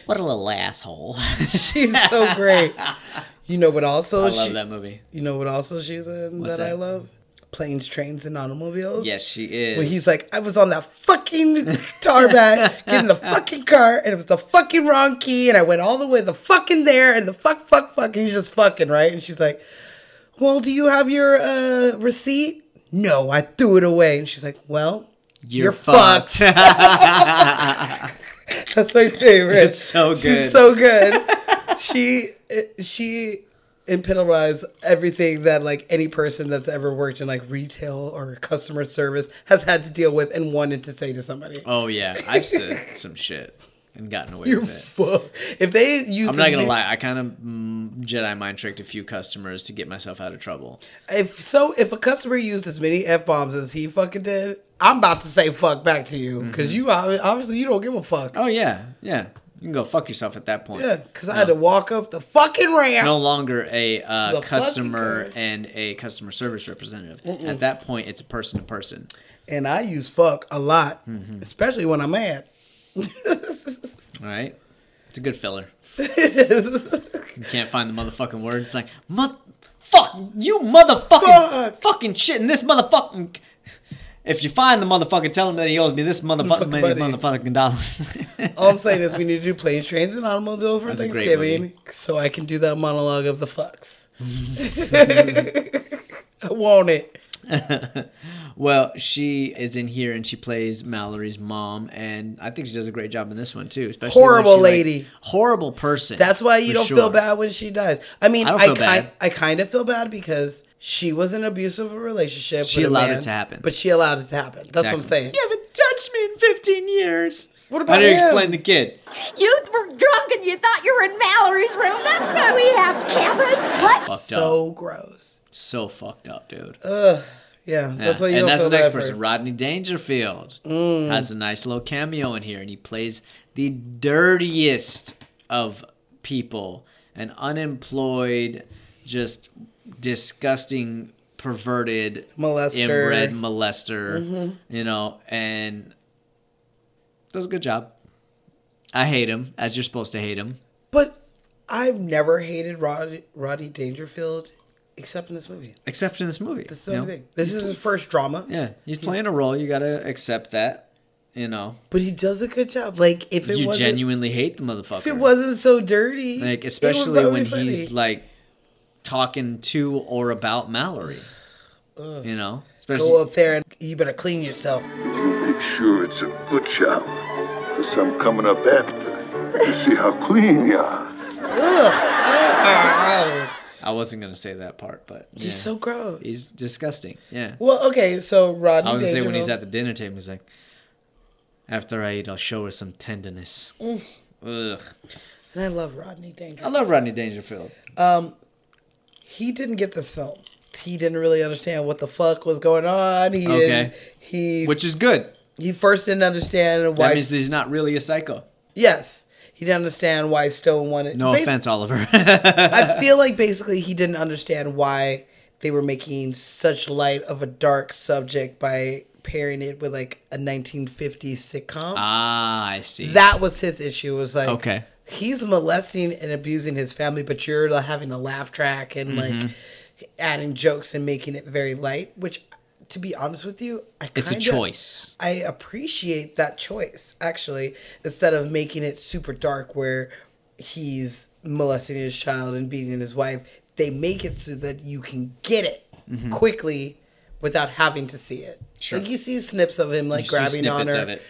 What a
<laughs>
little asshole.
she's so great. You know what? Also,
I
she,
love that movie.
You know what? Also, she's in
What's
that, I
that?
love planes, trains, and automobiles.
Yes, she is.
When he's like, I was on that fucking tar bag, getting the fucking car, and it was the fucking wrong key, and I went all the way the fucking there, and the fuck, fuck, fuck, and he's just fucking, right? And she's like, Well, do you have your uh, receipt? No, I threw it away. And she's like, Well, you're, fucked. That's my favorite.
It's so good.
She's so good.
<laughs>
she she epitomized everything that like any person that's ever worked in like retail or customer service has had to deal with and wanted to say to somebody.
<laughs> Oh yeah, I've said some shit and gotten away
You're
with it.
fuck. If they use
I'm not gonna lie. I kind of mm, Jedi mind tricked a few customers to get myself out of trouble.
If so, if a customer used as many f bombs as he fucking did, I'm about to say fuck back to you because you ob- obviously you don't give a fuck.
Mm-hmm. Oh yeah, yeah. You can go fuck yourself at that point.
Yeah, because I had to walk up the fucking ramp.
No longer a
The <laughs>
uh,
fucking
customer
guy.
and a customer service representative. At that point, it's a person to person.
And I use fuck a lot,
Mm-hmm.
especially when I'm mad. <laughs>
All right, it's a good filler. you can't find the motherfucking words. It's like mother, fuck you, motherfucking
Fuck.
fucking shit, and this motherfucking. If you find the motherfucker, tell him that he owes me this motherfucking
Fucking
many
buddy.
motherfucking dollars. <laughs>
All I'm saying is we need to do planes, trains, and automobiles for
That's a great
Thanksgiving,
movie.
so I can do that monologue of the fucks. <laughs> I want it.
Well, she is in here and she plays Mallory's mom, and I think she does a great job in this one too. Especially when
Horrible
she, like-
lady.
horrible person.
That's why you
for
don't
sure.
feel bad when she dies. I mean,
I don't
I
feel
kind
bad.
I kind of feel bad because she was in an abusive relationship.
She
with a
allowed it
man,
to happen.
but she allowed it to happen. That's what I'm
Exactly.
saying.
You haven't touched me in fifteen years.
What
How
about
do you
him?
explain the kid?
You were drunk and you thought you were in Mallory's room. That's why we have Kevin. What?
Fucked up.
So gross.
So fucked up, dude.
Yeah, Uh, that's why you
and
don't
that's
feel
the next
bad
person,
for. Mm.
Rodney Dangerfield, has a nice little cameo in here, and he plays the dirtiest of people, an unemployed, just disgusting, perverted,
Molester. Mm-hmm.
inbred molester, you know, and does a good job. I hate him, as you're supposed to hate him.
But I've never hated Rod, Roddy Dangerfield except in this movie.
Except in this movie.
This is
you
the only
know?
thing. This is his first drama.
Yeah, he's playing a role. You gotta accept that. You know,
But he does a good job. Like if it
you
wasn't
genuinely hate the motherfucker.
if it wasn't so dirty.
like
it would
especially
probably
when
be funny.
he's like talking to or about Mallory. you know, especially
go up there and you better clean yourself.
Make sure it's a good shower, because I'm coming up after to see how clean you are.
I wasn't gonna say that part, but yeah.
He's so gross.
he's disgusting. Yeah,
well, okay, so Rodney
I was gonna say when he's at
Dangerfield-
the dinner table, he's like, "After I eat, I'll show her some tenderness."
Mm.
Ugh.
and I love Rodney
I
Dangerfield.
love Rodney Dangerfield.
He didn't get this film. He didn't really understand what the fuck was going on. He
Okay.
didn't, he
Which is good.
he first didn't understand
That
why
means he's not really a psycho.
Yes. He didn't understand why Stone wanted
No
Basi-
offense, Oliver. <laughs>
I feel like basically he didn't understand why they were making such light of a dark subject by pairing it with like a 1950s sitcom.
ah, I see.
that was his issue. Was like,
Okay.
he's molesting and abusing his family, but you're like, having a laugh track and like
Mm-hmm.
adding jokes and making it very light. Which, to be honest with you, I
it's
kinda,
a choice.
I appreciate that choice actually, instead of making it super dark where he's molesting his child and beating his wife. they make it so that you can get it quickly without having to see it.
Mm-hmm. Sure.
Like you see snips of him like
You see
grabbing on
snippets
her
of it.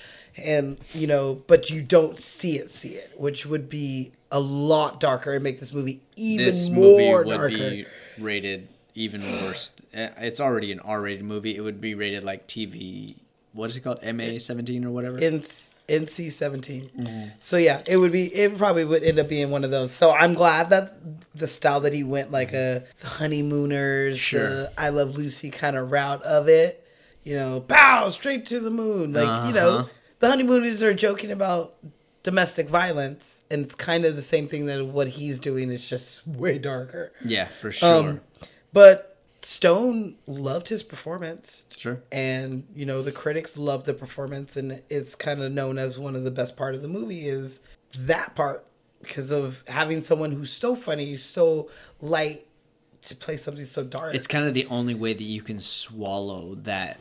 and you know, but you don't see it see it, which would be a lot darker and make this movie even
this movie
more
would
darker.
be rated even worse. Uh, It's already an R-rated movie. It would be rated like TV. What is it called? MA-17 or whatever.
in NC 17. So yeah, it would be it probably would end up being one of those. So I'm glad that the style that he went like a the honeymooners,
Sure.
the I love Lucy kind of route of it, you know, bow straight to the moon. Like, you know,
Uh-huh.
the honeymooners are joking about domestic violence and it's kind of the same thing that what he's doing is just way darker.
yeah, for sure.
Um, but Stone loved his performance
sure.
and you know the critics love the performance and it's kind of known as one of the best part of the movie is that part because of having someone who's so funny so light to play something so dark
It's kind of the only way that you can swallow that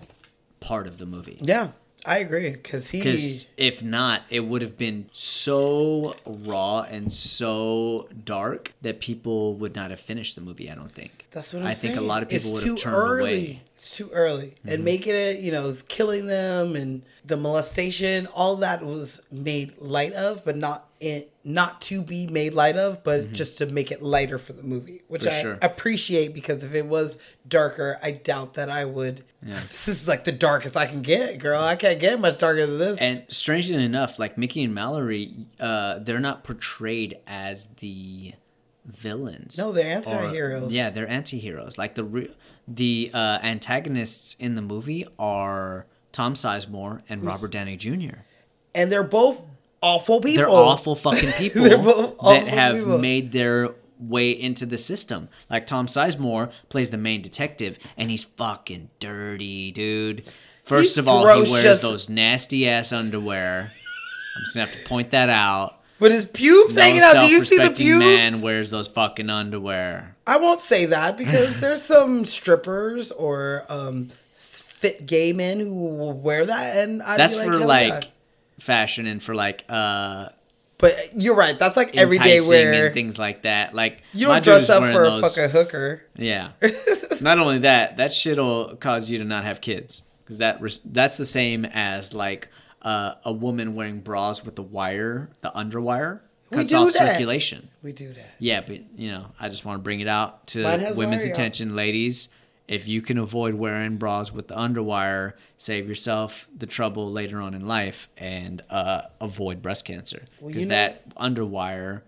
part of the movie.
yeah i agree because he
Because if not, it would have been so raw and so dark that people would not have finished the movie. I don't think.
that's what I'm
I
saying.
think a lot of people
it's
would
too
have turned
early.
away. Mm-hmm.
It's too early, and making it, you know, killing them and the molestation, all that was made light of, but not in, not to be made light of, but just to make it lighter for the movie, which
Mm-hmm. For
I
sure.
appreciate because if it was darker, I doubt that I would. <laughs> This is like the darkest I can get, girl. I can't get much darker than this.
And strangely enough, like Mickey and Mallory, uh, they're not portrayed as the villains.
No, they're
Or-
anti-heroes.
yeah, they're anti-heroes. Like the re- the uh, antagonists in the movie are Tom Sizemore and Robert Downey Jr.
and they're both awful people.
They're awful fucking
<laughs>
people
They're both
that
awful
have
people.
made their way into the system. Like Tom Sizemore plays the main detective, and he's fucking dirty, dude. First
He's
of all,
gross,
he wears
just-
those nasty ass underwear. I'm just gonna have to point that out.
But his pubes
No
hanging out. Do you see the
self-respecting
pubes?
Man wears those fucking underwear.
I won't say that
<laughs>
because there's some strippers or um, s- fit gay men who will wear that, and I'd
That's
be
for
"Hell
like
yeah."
fashion and for like uh
But you're right. That's like everyday
enticing
wear.
and things like that. Like
You
my
don't
dude
dress
was
up
wearing
for a
those-
fucking hooker.
Yeah. not only that, that shit'll cause you to not have kids because that res- that's the same as like uh, a woman wearing bras with the wire, the underwire cuts
do
off
that.
circulation.
We do that.
Yeah, but you know, I just want to bring it out to
Mine has
women's
wire, y'all.
attention, ladies. If you can avoid wearing bras with the underwire, save yourself the trouble later on in life and uh, avoid breast cancer because
you know-
that underwire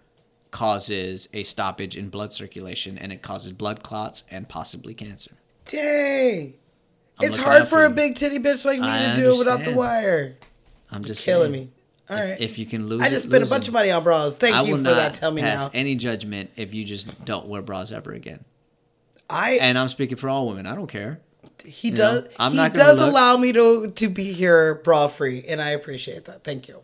causes a stoppage in blood circulation and it causes blood clots and possibly cancer.
Dang.
I'm
it's
looking
hard
out
for a
you.
big titty bitch like me to
I
do it without the
understand.
wire.
I'm just
Killing
saying,
me. All right.
If you can lose,
I
it,
just spent a
lose
bunch
it.
of money on bras. Thank
I
you
will
for
not
that. Tell me
pass
now.
any judgment if you just don't wear bras ever again.
I
And I'm speaking for all women. I don't care.
he
know,
does
I'm
he
not gonna
does
look.
allow me to to be here bra free, and I appreciate that. Thank you.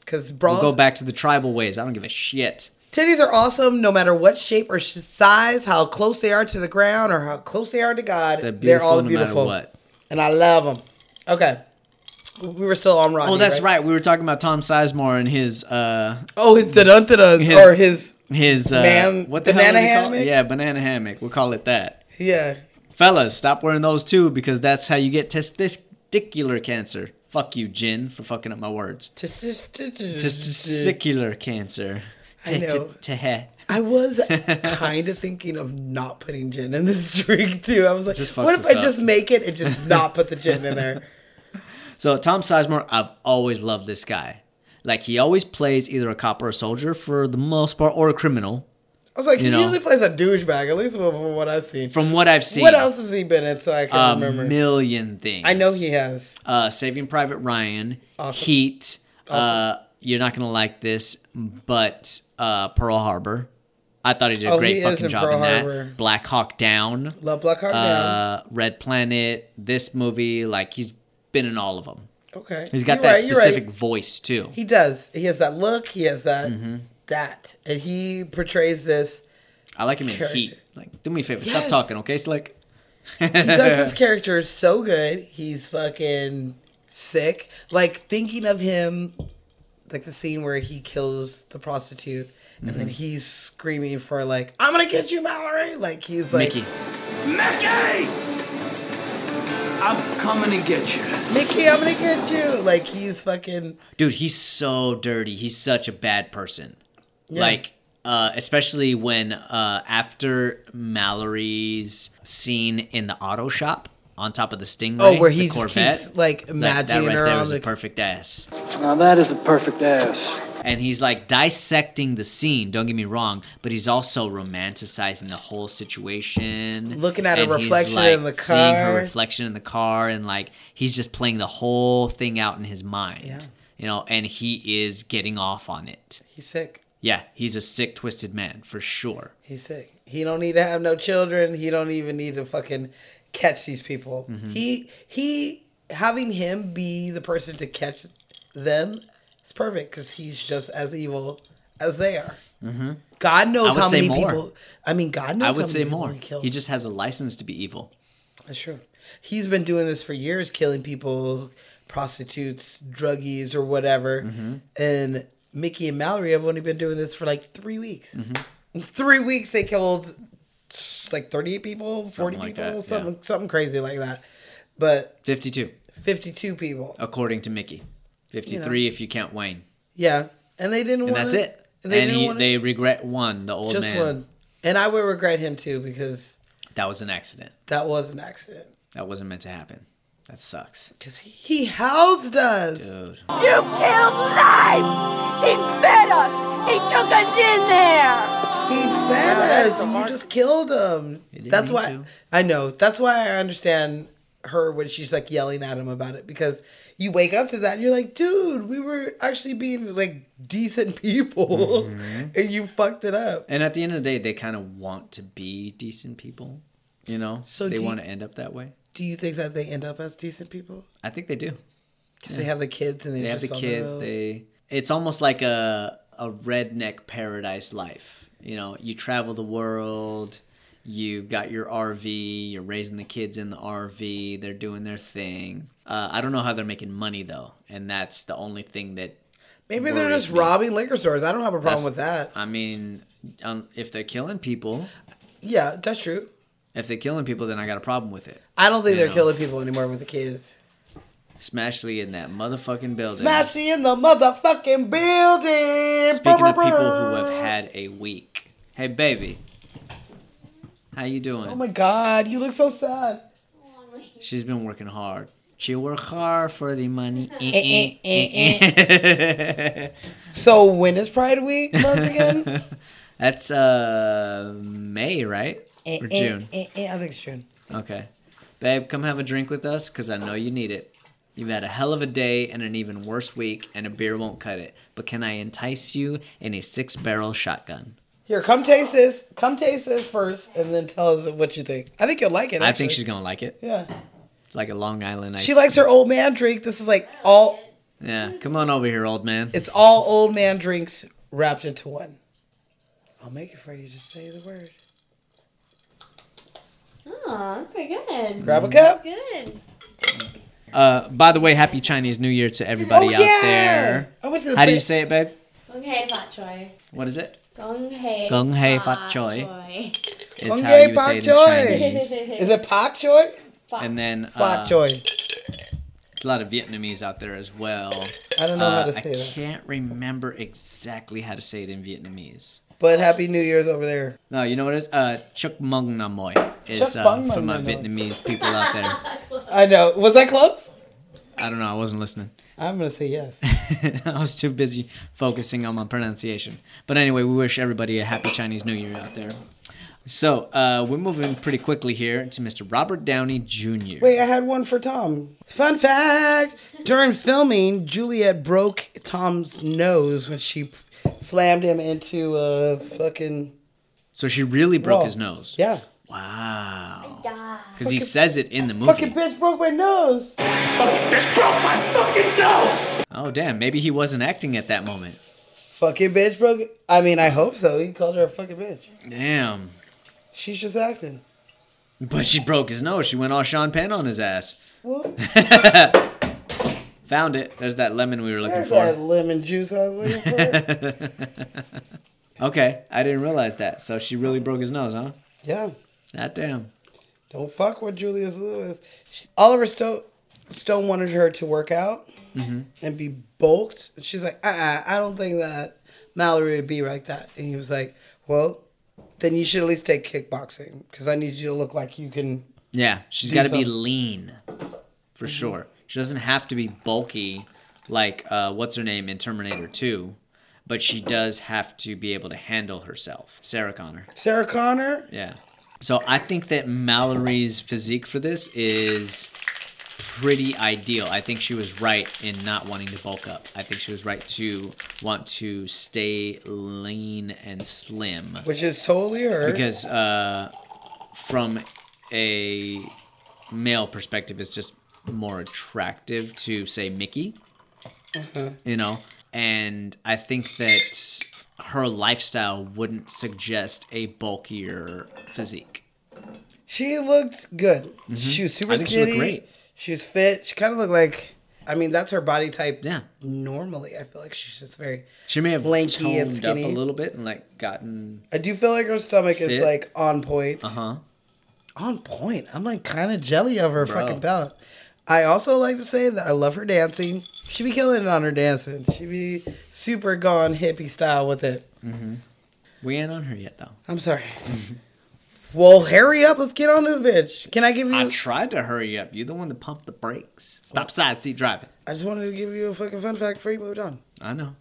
Because bras
We'll go back to the tribal ways. I don't give a shit.
Titties are awesome no matter what shape or sh- size, how close they are to the ground or how close they are to God.
They're
They're all
beautiful no matter
beautiful.
what.
And I love them. Okay. We were still on Rodney.
Oh, that's right. We were talking about Tom Sizemore and his uh
Oh, his dun dun
His-
or his
his uh
Man-
hell
banana
is it called?
hammock?
Yeah, banana hammock. We'll call it that.
yeah.
Fellas, stop wearing those too because that's how you get testicular cancer. Fuck you, Jin, for fucking up
<laughs>
my words. Testicular cancer.
I know.
Teh.
I
<laughs>
was kind of thinking of not putting gin in this <laughs> drink too. I was like,
Just fucks
what if
us
I
up.
just make it and just not put the gin in
<laughs>
there?
So Tom Sizemore, I've always loved this guy. Like he always plays either a cop or a soldier for the most part, or a criminal.
I was like,
You
he
know.
usually plays a douchebag, at least from what I've seen.
From what I've seen, Uh,
What else has he been in so I
a
can remember?
million things.
I know he has.
uh, Saving Private Ryan,
Awesome.
Heat. Uh, you're not gonna like this, but uh, Pearl Harbor. I thought he did
Oh,
a
he
great
is
fucking
in
job
Pearl
in that.
Harbor.
Black Hawk Down,
Love Black Hawk Down.
uh, Red Planet. This movie, like he's been in all of them.
Okay.
He's got
You're
that
right, you're right.
specific voice too.
He does. He has that look. He has that
Mm-hmm.
that, and he portrays this.
I like him in
Character.
Heat. Like, do me a favor,
Yes.
stop talking, okay, Slick.
He does
<laughs>
this character so good. He's fucking sick. Like thinking of him, like the scene where he kills the prostitute, and
Mm-hmm.
then he's screaming for like, "I'm gonna get you, Mallory!" Like he's like,
Mickey.
Mickey! I'm coming to get you.
"Mickey, I'm gonna get you!" Like he's fucking
Dude, he's so dirty. He's such a bad person. Like, uh, especially when uh, after Mallory's scene in the auto shop on top of the Stingray,
oh, where
the
he just keeps like
that, that
imagining
right
her
there
on
was a
the
perfect ass.
Now that is a perfect ass.
And he's like dissecting the scene. Don't get me wrong, but he's also romanticizing the whole situation.
Looking at her
and he's,
reflection in the
Seeing her
car.
reflection in the car, and like he's just playing the whole thing out in his mind.
Yeah.
You know, and he is getting off on it.
he's sick.
Yeah, he's a sick, twisted man for sure.
He's sick. He don't need to have no children. He don't even need to fucking catch these people.
Mm-hmm.
He he having him be the person to catch them is perfect because he's just as evil as they are. God knows
Mm-hmm. I would
how
say
many
more.
people. I mean, God knows.
I
how
would say
many people
more.
He killed.
He just has a license to be evil.
That's true. He's been doing this for years, killing people, prostitutes, druggies, or whatever.
Mm-hmm.
And Mickey and Mallory have only been doing this for like three weeks.
Mm-hmm.
In <laughs> three weeks, they killed s- like 38 people, 40
Something like
people,
that,
something, something crazy like that. But
52,
52 people.
according to Mickey. 53 if you count Wayne.
Yeah. And they didn't
And
want
that's it.
And they
and
didn't
he,
want
they regret one, the old
Just
man.
one. And I would regret him too because
That was an accident.
that was an accident.
That wasn't meant to happen. That sucks.
Because he housed us.
Dude.
You killed life! He fed us! He took us in there!
He fed us. You just killed him.
didn't
That's
mean
why
to.
I know. That's why I understand her when she's like yelling at him about it because you wake up to that and you're like, dude, we were actually being like decent people
Mm-hmm.
<laughs> and you fucked it up.
And at the end of the day, they kind of want to be decent people. You know?
So
they
do you-
want to end up that way.
Do you think that they end up as decent people?
I think they do.
Because they have the kids and they,
They have
just
the kids. they it's almost like a a redneck paradise life. You know, you travel the world. You've got your RV. You're raising the kids in the RV. They're doing their thing. Uh, I don't know how they're making money though, and that's the only thing that.
Maybe they're
worries
just
me.
robbing liquor stores. I don't have a problem
that's-
with that.
I mean, um, if they're killing people,
Yeah, that's true.
if they're killing people, then I got a problem with it.
I don't think
You
they're
know.
killing people anymore with the kids.
Smashly in that motherfucking building.
Smashing in the motherfucking building.
Speaking of
Brr, brr,
people
brr.
who have had a week. Hey, baby. How you doing?
Oh my god, you look so sad.
She's been working hard. She work hard for the money.
eh,
<laughs>
So when is Pride Week month again?
That's uh May, right?
<laughs> Eh,
Or
eh,
June.
eh, eh, I think it's June.
Okay. Babe, come have a drink with us cuz I know you need it. You've had a hell of a day and an even worse week and a beer won't cut it. But can I entice you in a 6-barrel shotgun?
Here, come taste this. Come taste this first, and then tell us what you think. I think you'll like it.
I think she's
actually.
going to like it.
Yeah,
It's like a Long Island ice.
she likes her old man drink. This is like all.
Yeah, come on over here, old man.
It's all old man drinks wrapped into one. I'll make it for you. Just say the word.
Oh, pretty good.
Grab
Mm.
a cup.
Good.
Uh, by the way, happy Chinese New Year to everybody
Oh
out
yeah.
there.
I went to the.
How do you
ba-
say it, babe?
Gong hei fat choy.
What is it?
Gong hei.
Gong hei fat choy. is
Kung
how
Gay
you would say it
Pak
in
Choi. <laughs>
Chinese.
Is it pak choy?
And then
Pak
uh,
choy.
a lot of Vietnamese out there as well.
I don't know
Uh,
how to
I
say that.
can't remember exactly how to say it in Vietnamese.
But happy New Year's over there.
No, you know what it is? Uh, Chuk Mong Nam Moi
Chúc
is uh,
mừng
for my
năm mới.
Vietnamese people
<laughs>
out there.
I know. Was that close?
I don't know. I wasn't listening.
I'm gonna say yes.
<laughs> I was too busy focusing on my pronunciation. But anyway, we wish everybody a happy Chinese New Year out there. So uh, we're moving pretty quickly here to Mr. Robert Downey Jr.
Wait, I had one for Tom. Fun fact: During filming, Juliet broke Tom's nose when she slammed him into a fucking
So she really broke
wall.
his nose.
Yeah,
Wow. Because he says it in the movie.
fucking bitch broke my nose.
Bitch broke my fucking nose!
Oh damn, maybe he wasn't acting at that moment.
Fucking bitch broke. I mean, I hope so. He called her a fucking bitch.
Damn.
She's just acting.
But she broke his nose. She went all Sean Penn on his ass.
Well,
Found it. There's that lemon we were looking
there's
for.
that lemon juice I was looking for.
Okay, I didn't realize that. So she really broke his nose, huh?
Yeah.
God damn.
Don't fuck with Julius Lewis. She, Oliver Stone, Stone wanted her to work out
Mhm.
and be bulked. She's like, uh uh I don't think that Mallory would be like that. And he was like, well, then you should at least take kickboxing because I need you to look like you can.
Yeah, she's
See
got to be
some-
lean, for sure. She doesn't have to be bulky, like uh, what's her name in Terminator Two, but she does have to be able to handle herself. Sarah Connor.
Sarah Connor?
Yeah. So I think that Mallory's physique for this is pretty ideal. I think she was right in not wanting to bulk up. I think she was right to want to stay lean and slim.
Which is totally her.
Because uh, from a male perspective, it's just more attractive to say Mickey,
Uh-huh.
you know. And I think that her lifestyle wouldn't suggest a bulkier physique.
She looked good. She was super
Mm-hmm. I think she
skinny.
looked great.
She was fit. She kind of looked like, I mean, that's her body type.
Yeah.
Normally, I feel like she's just very.
She may have
Lanky and
toned up a
skinny.
little bit and like gotten
I do feel like her stomach is
Fit.
like on point.
uh huh.
On point. I'm like kind of jelly of her
Bro.
fucking palate. I also like to say that I love her dancing. She be killing it on her dancing. She be super gone hippie style with it.
We ain't on her yet though.
I'm sorry.
Mm-hmm.
well, hurry up. Let's get on this bitch. Can I give you?
I tried to hurry up. You're the one that pumped the brakes. Stop side seat driving.
I just wanted to give you a fucking fun fact before you moved on.
I know.
Do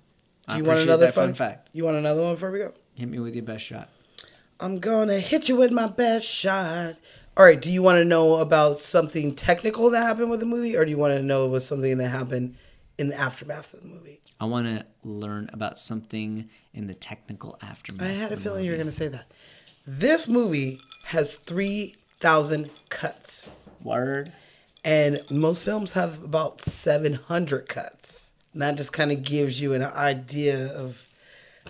I
you want
appreciate
another
that
fun,
fun fact?
You want another one before we go?
Hit me with your best shot.
I'm gonna hit you with my best shot. All right. Do you want to know about something technical that happened with the movie, or do you want to know it was something that happened in the aftermath of the movie?
I want to learn about something in the technical aftermath.
I had a
of the
feeling you were
movie.
gonna say that. This movie has three thousand cuts,
Word.
and most films have about seven hundred cuts. And that just kind of gives you an idea of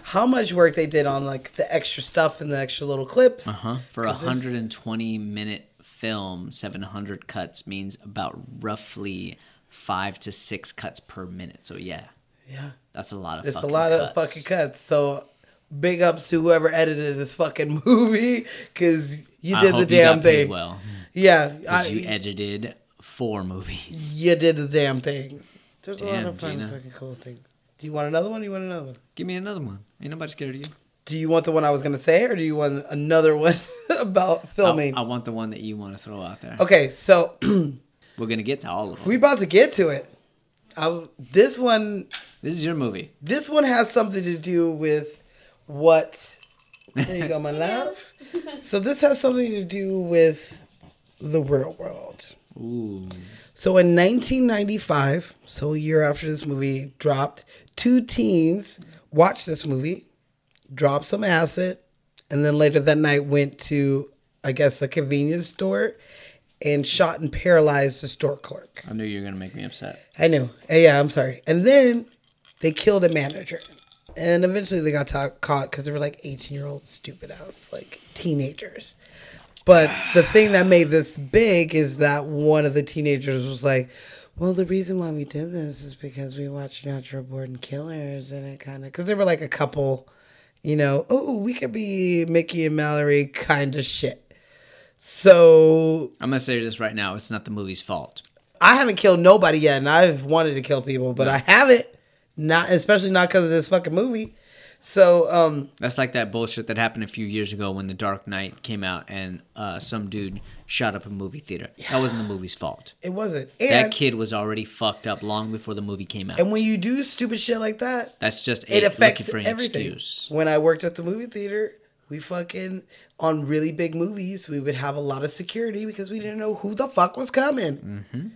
how much work they did on like the extra stuff and the extra little clips.
Uh huh. For a
'Cause there's-
120 minute film, 700 cuts means about roughly five to six cuts per minute. So yeah,
Yeah.
that's a lot of.
It's a
fucking
lot
cuts.
of fucking cuts. So big ups to whoever edited this fucking <laughs> movie because you
I
did the
hope you got
damn
paid
thing.
well,
Yeah,
'cause you
I-
edited
<laughs>
four movies.
you did the damn thing. There's a lot
Damn,
of fun
Gina.
fucking cool things. Do you want another one? Or you want another one?
Give me another one. Ain't nobody scared of you.
Do you want the one I was gonna say, or do you want another one <laughs> about
I-
filming?
I, want the one that you want to throw out there.
okay, so <clears throat>
We're gonna get to all of them.
we about to get to it. I, w- this one,
This is your movie.
this one has something to do with what. There you go, my love. So this has something to do with the real world.
Ooh.
So in 1995, so a year after this movie dropped, two teens watched this movie, dropped some acid, and then later that night went to, I guess, a convenience store and shot and paralyzed the store clerk.
I knew you were gonna make me upset.
I knew. Eh, Yeah, I'm sorry. And then they killed a manager. And eventually they got ta- caught because they were like 18 year old stupid ass, like teenagers. But the thing that made this big is that one of the teenagers was like, well, the reason why we did this is because we watched Natural Born Killers and it kind of, because they were like a couple, you know, oh, we could be Mickey and Mallory kind of shit. So
I'm gonna say this right now. It's not the movie's fault.
I haven't killed nobody yet, and I've wanted to kill people, but I haven't. Not especially not because of this fucking movie. So um,
That's like that bullshit that happened a few years ago when The Dark Knight came out and uh, some dude shot up a movie theater. That wasn't the movie's fault.
it wasn't.
That
And,
kid was already fucked up long before the movie came out.
and when you do stupid shit like that,
That's just
it
a
affects
looking for an
everything.
excuse.
When I worked at the movie theater, we fucking on really big movies, we would have a lot of security because we didn't know who the fuck was coming.
Mm-hmm.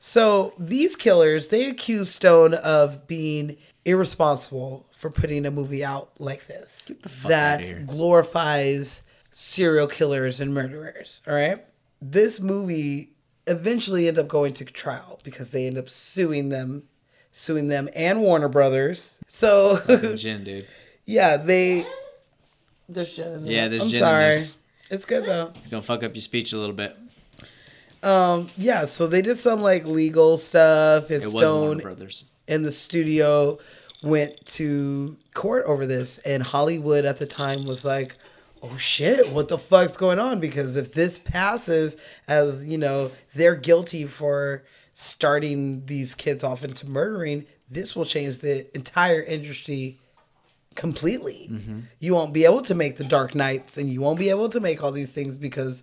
So these killers, they accused Stone of being irresponsible for putting a movie out like this
outta here.
that glorifies serial killers and murderers. All right, this movie eventually end up going to trial because they end up suing them, suing them and Warner Brothers. So <laughs>
Gin, dude.
Yeah, they. There's gin in there.
Yeah, there's
I'm
gin in
sorry.
this.
It's good though.
It's gonna fuck up your speech a little bit.
Um, yeah, so they did some like legal stuff.
It
It's
was Warner
Stone
Brothers.
in the studio went to court over this, and Hollywood at the time was like, "Oh shit, what the fuck's going on?" Because if this passes as you know they're guilty for starting these kids off into murdering, this will change the entire industry completely. You won't be able to make the Dark Knights, and you won't be able to make all these things because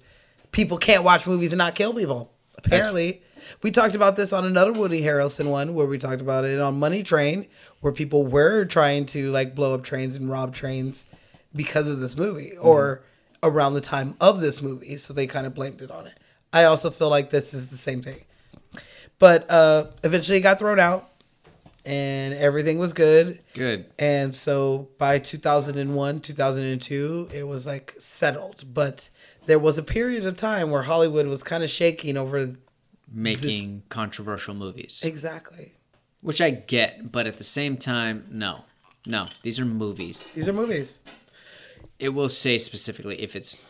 people can't watch movies and not kill people. Apparently, we talked about this on another Woody Harrelson one where we talked about it on Money Train, where people were trying to like blow up trains and rob trains because of this movie or around the time of this movie. So they kind of blamed it on it. I also feel like this is the same thing. But uh, eventually it got thrown out and everything was good.
Good.
And so by 2001, 2002, it was like settled. But there was a period of time where Hollywood was kind of shaking over
Making controversial movies.
exactly.
Which I get, but at the same time, no. No. These are movies.
These are movies.
It will say specifically if it's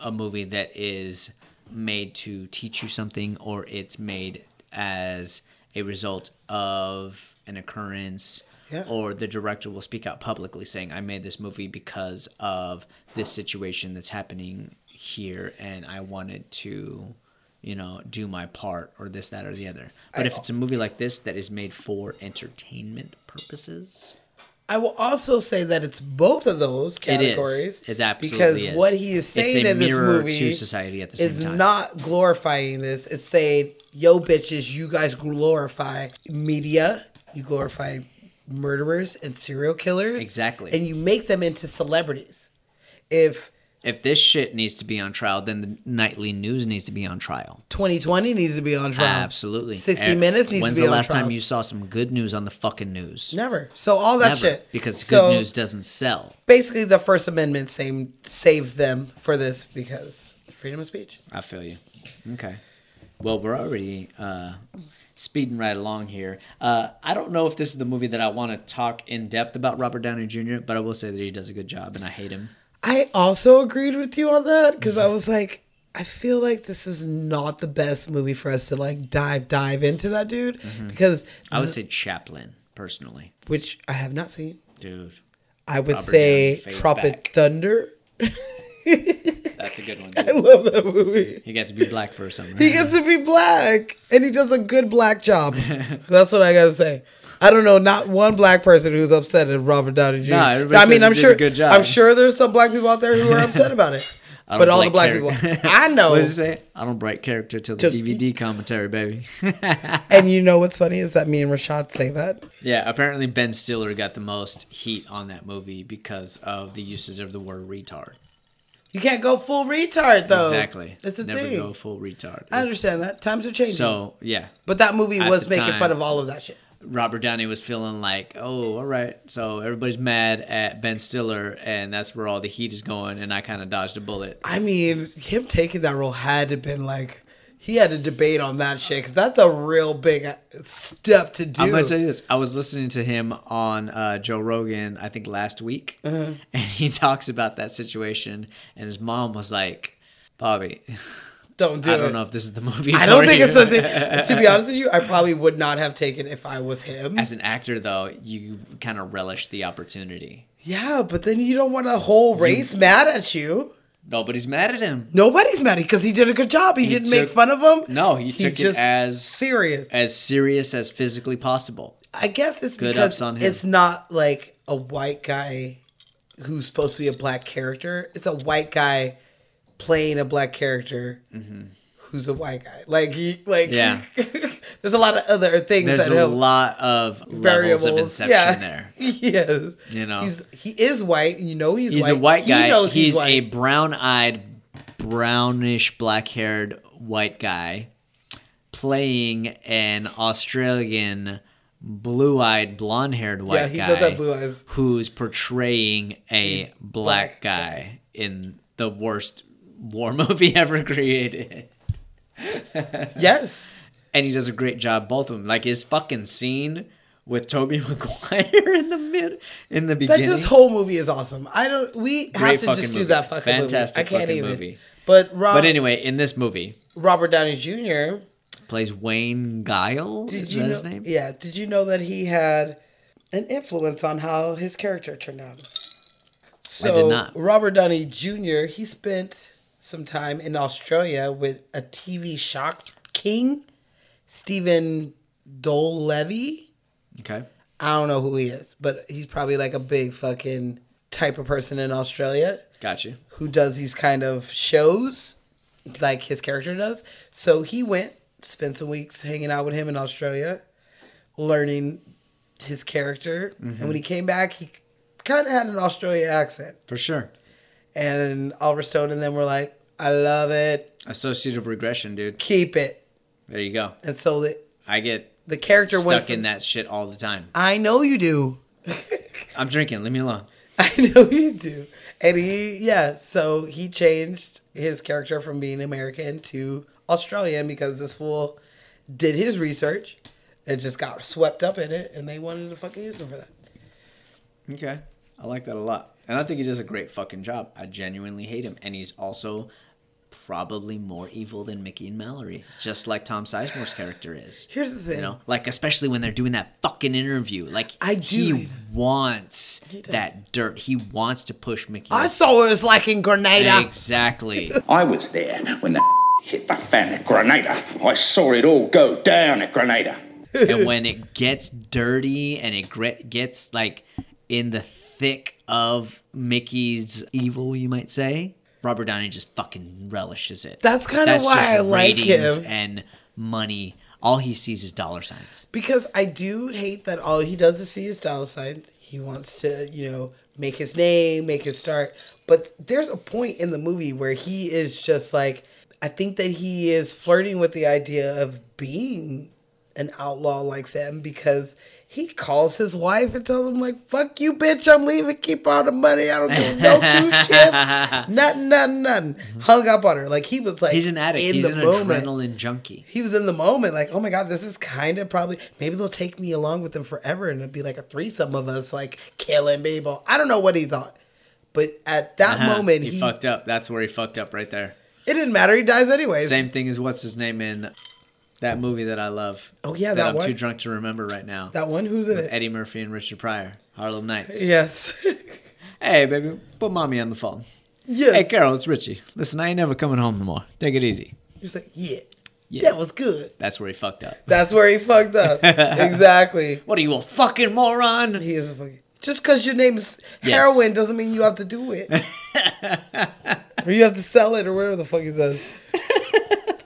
a movie that is made to teach you something or it's made as a result of an occurrence.
Yeah.
Or the director will speak out publicly saying, I made this movie because of this situation that's happening here and I wanted to, you know, do my part or this, that, or the other. But if it's a movie like this that is made for entertainment purposes,
I will also say that it's both of those
It is.
categories.
It absolutely
because
is.
what he is
It's a
saying in this
mirror
movie
to society at the
is
same time.
not glorifying this. It's saying, "Yo, bitches, you guys glorify media. You glorify murderers and serial killers,
Exactly.
and you make them into celebrities." If
if this shit needs to be on trial, then the nightly news needs to be on trial.
2020 needs to be on trial,
Absolutely.
60
Eh,
Minutes needs
When's
to be
the
on
last
trial.
time you saw some good news on the fucking news?
Never. So all that
Never,
shit
Because
So-
good news doesn't sell.
basically the First Amendment same, saved them for this because freedom of speech.
I feel you. Okay. Well, we're already uh, speeding right along here. Uh, I don't know if this is the movie that I want to talk in depth about Robert Downey Jr., but I will say that he does a good job, and I hate him.
I also agreed with you on that because I was like, I feel like this is not the best movie for us to like dive dive into that dude because
Mm-hmm. I would say Chaplin, personally.
which I have not seen.
Dude,
I would
Robert
say
Downey face
Tropic
back.
Thunder. <laughs>
that's a good one.
I
Dude.
love that movie.
He got to be black for a summer.
He gets to be black and he does a good black
<laughs>
job. That's what I gotta say. I don't know not one black person who's upset at Robert Downey Jr.
Nah, everybody
I mean,
says
I'm
he did
sure.
a good job.
I'm sure there's some black people out there who are
<laughs>
upset about it.
I don't
But all the black
character- <laughs>
people, I know.
what does it say? I don't break character till the
Till-
DVD commentary, baby. <laughs>
And you know what's funny is that me and Rashad say that.
yeah, apparently Ben Stiller got the most heat on that movie because of the usage of the word retard.
You can't go full retard though.
exactly.
It's a
Never
thing.
go full retard.
I understand that. Times are changing.
So yeah,
but that movie
at
was
the
making
time-
fun of all of that shit.
Robert Downey was feeling like, oh, all right. So everybody's mad at Ben Stiller, and that's where all the heat is going. And I kind of dodged a bullet.
I mean, him taking that role had to been like he had a debate on that shit because that's a real big uh, step to do.
I'm gonna tell you this. I was listening to him on uh, Joe Rogan, I think last week,
Uh-huh.
and he <laughs> talks about that situation. And his mom was like, "Bobby,
don't do
I
it.
don't know if this is the movie.
I don't
for
think
you."
it's something. to be honest with you, I probably would not have taken if I was him.
<laughs> As an actor, though, you kind of relish the opportunity.
Yeah, but then you don't want a whole race mad at you.
Nobody's mad at him.
Nobody's mad because he did a good job. He, didn't make
took-
fun of him.
No, he took it as-
serious.
As serious as physically possible.
I guess it's
Good
because
ups on him.
it's not like a white guy who's supposed to be a black character. It's a white guy playing a black character who's a white guy. Like he, like
Mm-hmm. Yeah.
<laughs> there's a lot of other things
There's
that
a
help.
lot of
Variables.
levels of inception
yeah.
there.
<laughs> yes.
You know.
he's he is white. You know he's,
He's
white.
a white guy.
He knows
he's
he's, white.
a brown-eyed, brownish, black-haired white guy playing an Australian blue-eyed, blonde-haired white
yeah, he
guy
does have blue eyes.
who's portraying a
black
black, guy, in the worst war <laughs> movie ever created.
Yes.
And he does a great job both of them. Like his fucking scene with Toby <laughs> Maguire in the mid in the
That
beginning.
just whole movie is awesome. I don't. We have to
fucking
just do
movie.
that fucking
Fantastic
movie. I can't
fucking
even.
movie.
But Rob,
but anyway, in this movie,
Robert Downey Jr.
plays Wayne Guile.
Did
is
you
that
know?
his name?
Yeah. Did you know that he had an influence on how his character turned out. So
did not.
Robert Downey Jr. he spent some time in Australia with a TV shock king, Stephen Dole Levy.
Okay.
I don't know who he is, but he's probably like a big fucking type of person in Australia
Got you.
who does these kind of shows, like his character does. So he went, spent some weeks hanging out with him in Australia, learning his character.
Mm-hmm.
And when he came back, he kind of had an Australia accent.
For sure.
And Oliver Stone and them were like, I love it,
Associative regression, dude.
keep it.
There you go.
And so the,
I get
the character went.
stuck
from-
in that shit all the time.
I know you do.
I'm drinking. Leave me alone.
<laughs> I know you do. And he, yeah, so he changed his character from being American to Australian because this fool did his research and just got swept up in it, and they wanted to fucking use him for that.
Okay. I like that a lot. And I think he does a great fucking job. I genuinely hate him. And he's also probably more evil than Mickey and Mallory, just like Tom Sizemore's character is.
Here's the thing.
You know, like especially when they're doing that fucking interview. Like
I do
he
hate
wants
does.
that dirt. He wants to push Mickey.
I saw it was like in Grenada.
exactly.
<laughs>
I was there when the <laughs> hit the fan at Grenada. I saw it all go down at Grenada.
and when it gets dirty and it gre- gets like in the thick of Mickey's evil, you might say, Robert Downey just fucking relishes it.
That's kinda why
just
I like
ratings
him.
And money, all he sees is dollar signs.
Because I do hate that all he does is see his dollar signs. He wants to, you know, make his name, make his start. But there's a point in the movie where he is just like, I think that he is flirting with the idea of being an outlaw like them because he calls his wife and tells him like, "Fuck you, bitch! I'm leaving. Keep all the money. I don't give no two
<laughs>
shits. Nothing, nothing, nothing." Hung up on her. Like he was like,
He's an addict.
in
He's
the
an
moment
adrenaline junkie.
he was in the moment, like, oh my god, this is kind of probably maybe they'll take me along with them forever, and it'd be like a threesome of us, like killing people. I don't know what he thought, but at that
Huh,
moment,
Uh-huh. Uh, he,
he,
fucked up. That's where he fucked up right there.
it didn't matter. He dies anyways.
Same thing as what's his name in that movie that I love.
Oh, yeah,
that
that
I'm
one.
too drunk to remember right now.
That one, who's in it?
Eddie Murphy and Richard Pryor, Harlem Nights.
Yes, <laughs>
Hey, baby, put mommy on the phone.
yes.
Hey, Carol, it's Richie. Listen, I ain't never coming home no more. Take it easy.
He was like, yeah,
Yeah.
that was good.
That's where he fucked up.
That's where he fucked
<laughs>
up. exactly.
What are you, a fucking moron?
He is a fucking. Just because your name is
Yes.
heroin doesn't mean you have to do
<laughs>
it, or you have to sell it, or whatever the fuck he
<laughs>
does.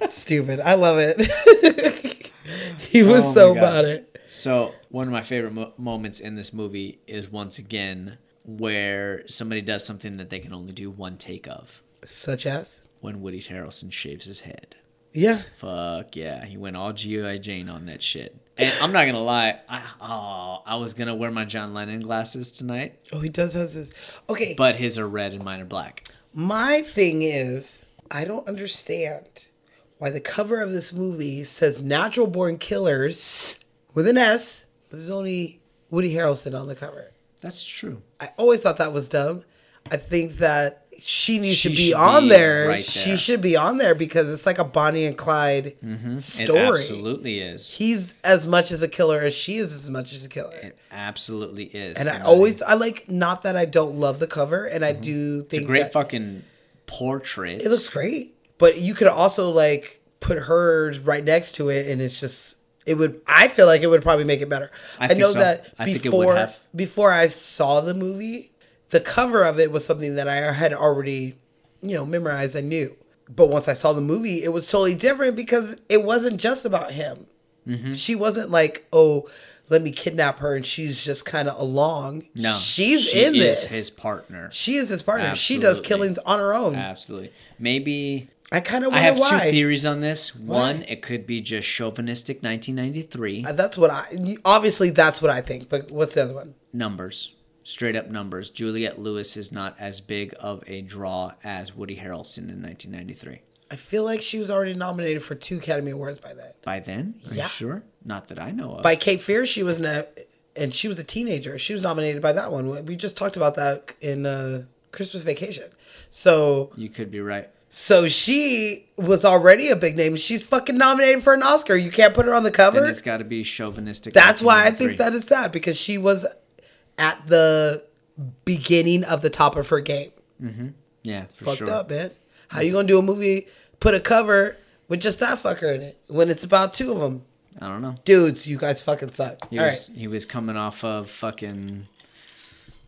Stupid. I love it. <laughs> he was
Oh my
so
God.
about it.
So, one of my favorite mo- moments in this movie is once again where somebody does something that they can only do one take of
Such as?
when Woody Harrelson shaves his head.
Yeah.
Fuck yeah, he went all GI Jane on that shit. And I'm not gonna lie, I, oh, I was gonna wear my John Lennon glasses tonight,
Oh, he does has this. Okay.
but his are red and mine are black.
my thing is, I don't understand why the cover of this movie says natural born killers with an S, but there's only Woody Harrelson on the cover.
That's true.
I always thought that was dumb. I think that she needs
She
to
should
be on
be
there.
right
She
there. Mm-hmm.
should be on there because it's like a Bonnie and Clyde story.
It absolutely is.
He's as much as a killer as she is as much as a killer.
It absolutely is.
And I
Somebody-
always, I like, not that I don't love the cover, and I do think
Mm-hmm. It's a great
that
fucking portrait.
it looks great. But you could also like put hers right next to it, and it's just it would. I feel like it would probably make it better.
I
I,
think
know
so.
that
I think it would
before
have.
before I saw the movie, the cover of it was something that I had already, you know, memorized. I knew. But once I saw the movie, it was totally different because it wasn't just about him.
Mm-hmm.
She wasn't like, oh, let me kidnap her, and she's just kind of along.
no,
she's
she
in
is
this.
His partner.
she is his partner. She does
Absolutely.
killings on her own.
Absolutely. Maybe
I kind of
I
wonder
have
why.
two theories on this. One, it could be just chauvinistic 1993
Uh, That's what I obviously that's what I think. But what's the other one?
numbers, straight up numbers. Juliet Lewis is not as big of a draw as Woody Harrelson in 1993.
I feel like she was already nominated for two Academy Awards by that.
By then, are
Yeah.
you sure? Not that I know of.
By Cape Fear, she was no, and she was a teenager. She was nominated by that one. We just talked about that in uh, Christmas Vacation. So
you could be right.
So she was already a big name. She's fucking nominated for an Oscar. You can't put her on the
And
cover.
it's got to be chauvinistic.
That's why I
1993.
think that is that because she was at the beginning of the top of her game.
Mhm. Yeah, for
Fucked
sure.
up, man. How you gonna do a movie? Put a cover with just that fucker in it when it's about two of them.
I don't know.
Dudes, you guys fucking suck.
He
All right.
was he was coming off of fucking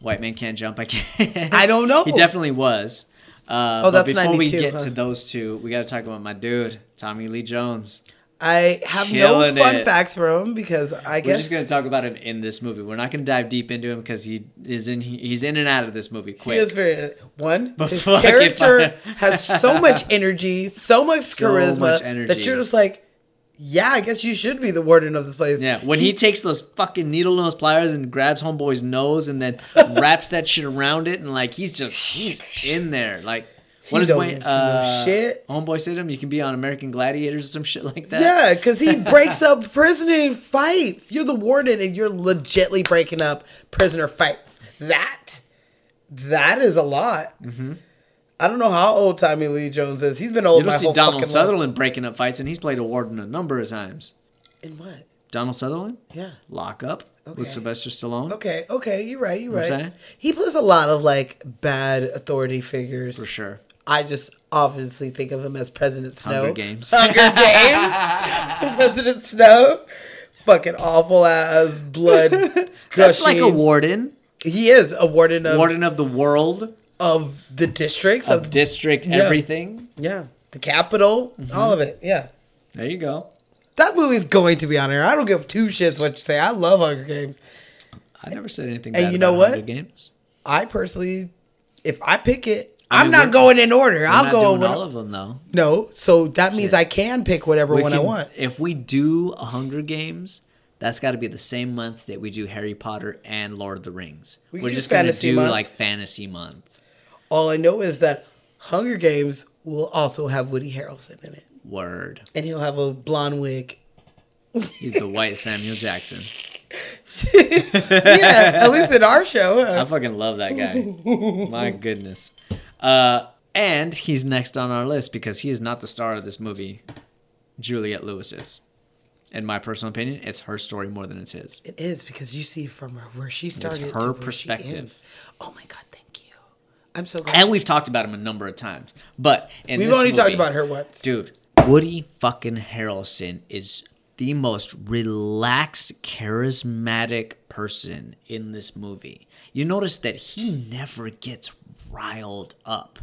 white man can't jump. I <laughs> can't.
I don't know.
He definitely was. Uh,
Oh,
but
that's
before we
92,
get
huh?
to those two, we got to talk about my dude Tommy Lee Jones.
I have
Killing
no fun
it.
facts for him because I
We're
guess
just gonna talk about him in this movie. We're not gonna dive deep into him because he is in he's in and out of this movie
he
quick.
is very uh,
<laughs>
one.
But
his
fuck if
character
I-
has so much <laughs> energy, so much
So
charisma
much
that
energy.
you're just like, yeah, I guess you should be the warden of this place.
Yeah, when he, takes those fucking needle nose pliers and grabs homeboy's nose
<laughs>
and then wraps that shit around it and like he's just he's in there like what
He
is
don't
Wayne-
know
uh,
shit.
Homeboy said to him, "You can be on American Gladiators or some shit like that."
Yeah, because he breaks
<laughs>
up prisoner fights. You're the warden, and you're legitly breaking up prisoner fights. That, that is a lot.
hmm
I don't know how old Tommy Lee Jones is. He's been
You
old
don't
my
see
whole
Donald
fucking
Sutherland breaking up fights, and he's played a warden a number of times.
life. In what?
Donald Sutherland,
Yeah.
Lock Up
Okay.
with Sylvester Stallone.
Okay. Okay. You're right. You're
You know
right.
what I'm saying?
He plays a lot of like bad authority figures. For
sure.
I just obviously think of him as President Snow.
Hunger Games. <laughs>
Hunger Games. President Snow. Fucking awful
<laughs>
ass blood.
That's like a
gushing.
warden,
He is a warden of
warden of the world,
of the districts
of
of,
district,
Yeah.
everything.
yeah the capital,
Mm-hmm.
all of it. Yeah,
There you go.
that movie's going to be on air. I don't give two shits what you say. I love Hunger Games.
I never said anything.
And
bad
you know
about
what?
Hunger Games.
I personally, if I pick it,
I
I am
mean,
not
we're-
going in order.
We're
I'll
not
go
doing
with
all of them though.
No, so that means I can pick whatever
We
one I
can-
want.
If we do a Hunger Games, that's got to be the same month that we do Harry Potter and Lord of the Rings.
We
We
can
are
do
just gonna
fantasy
do
month.
like fantasy month.
All I know is that Hunger Games will also have Woody Harrelson in it,
Word.
and he'll have a blonde
<laughs>
wig.
He's the
<laughs>
white Samuel Jackson.
yeah, at least in our show. uh,
I
huh?
fucking love
<laughs>
that guy. My goodness. Uh, and he's next on our list because he is not the star of this movie. Juliet Lewis is. In my personal opinion, it's her story more than it's his.
It is because you see from her where she
It's
started. to
her
where She
perspective.
ends. Oh my god, thank you. I'm so glad.
And we've talked about him a number of times. But in
We've
this
only talked
movie-
about her once.
Dude, Woody fucking Harrelson is the most relaxed, charismatic person in this movie. You notice that he never gets riled up.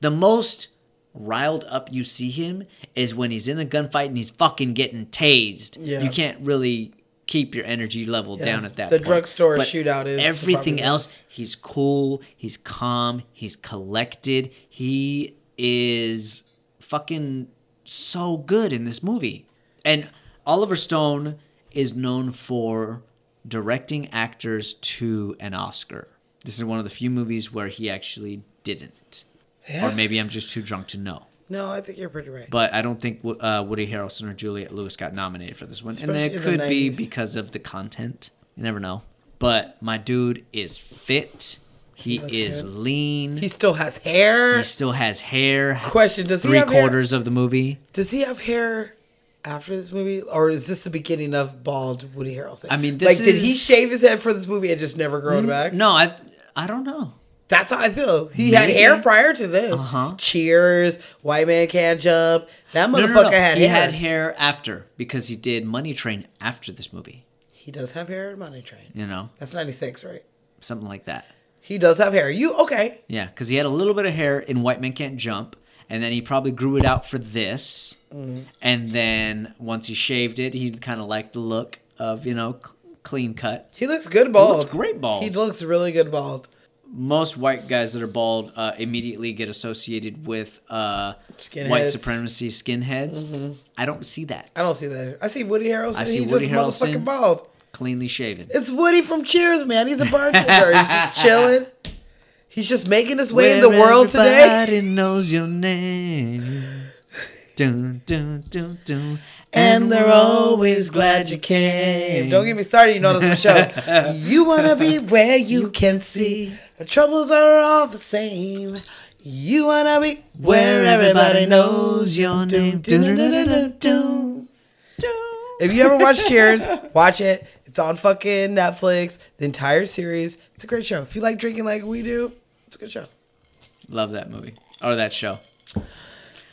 The most riled up you see him is when he's in a gunfight and he's fucking getting tased.
Yeah.
You can't really keep your energy level
Yeah.
down at that
The
point.
drugstore
But
shootout is
everything
probably
else he's cool, he's calm, he's collected. He is fucking so good in this movie. And Oliver Stone is known for directing actors to an Oscar. This is one of the few movies where he actually didn't. Or
Yeah.
maybe I'm just too drunk to know.
No, I think you're pretty right.
But I don't think uh, Woody Harrelson or Juliet Lewis got nominated for this one. and
Especially
it
in the
could be
90s.
because of the content. You never know. But my dude is fit. He
looks
is
good.
lean.
he still has hair.
he still has hair.
Question: Does he
Three
have hair?
quarters of the movie.
Does he have hair after this movie, or is this the beginning of bald Woody Harrelson?
I mean,
like,
this
did he
is-
shave his head for this movie and just never grow it back?
No, I I don't know.
That's how I feel. He had
Maybe.
hair prior to this.
Uh-huh.
Cheers, white man can't jump. That motherfucker
No, no, no.
had
he
hair.
had hair after because he did Money Train after this movie.
He does have hair in Money Train.
You know,
That's ninety six, right?
something like that.
He does have hair. You okay?
Yeah, because he had a little bit of hair in White Men Can't Jump, and then he probably grew it out for this.
Mm-hmm.
And then once he shaved it, he kind of liked the look of you know c- clean cut.
He looks good bald.
looks great bald.
He looks really good bald.
Most white guys that are bald uh, immediately get associated with uh, white
Skinheads. Mm-hmm.
supremacy skinheads. I don't see that.
I don't see that. I see Woody Harrelson.
I
he
see Woody
just
Harrelson.
motherfucking bald.
Cleanly shaven.
It's Woody from Cheers, man. He's a bartender. He's
<laughs>
just chilling. He's just making his way in the
Where
world
<laughs>
today.
Everybody knows your name. Dun, dun, dun, dun.
And they're always glad you came. Don't get me started. You know this <laughs> Michelle. you wanna be where you can see. The troubles are all the same. You wanna be where everybody knows your name. Do-do-do-do-do-do. If you ever watch <laughs> Cheers, watch it. It's on fucking Netflix. The entire series. It's a great show. If you like drinking like we do, it's a good show.
Love that movie or that show.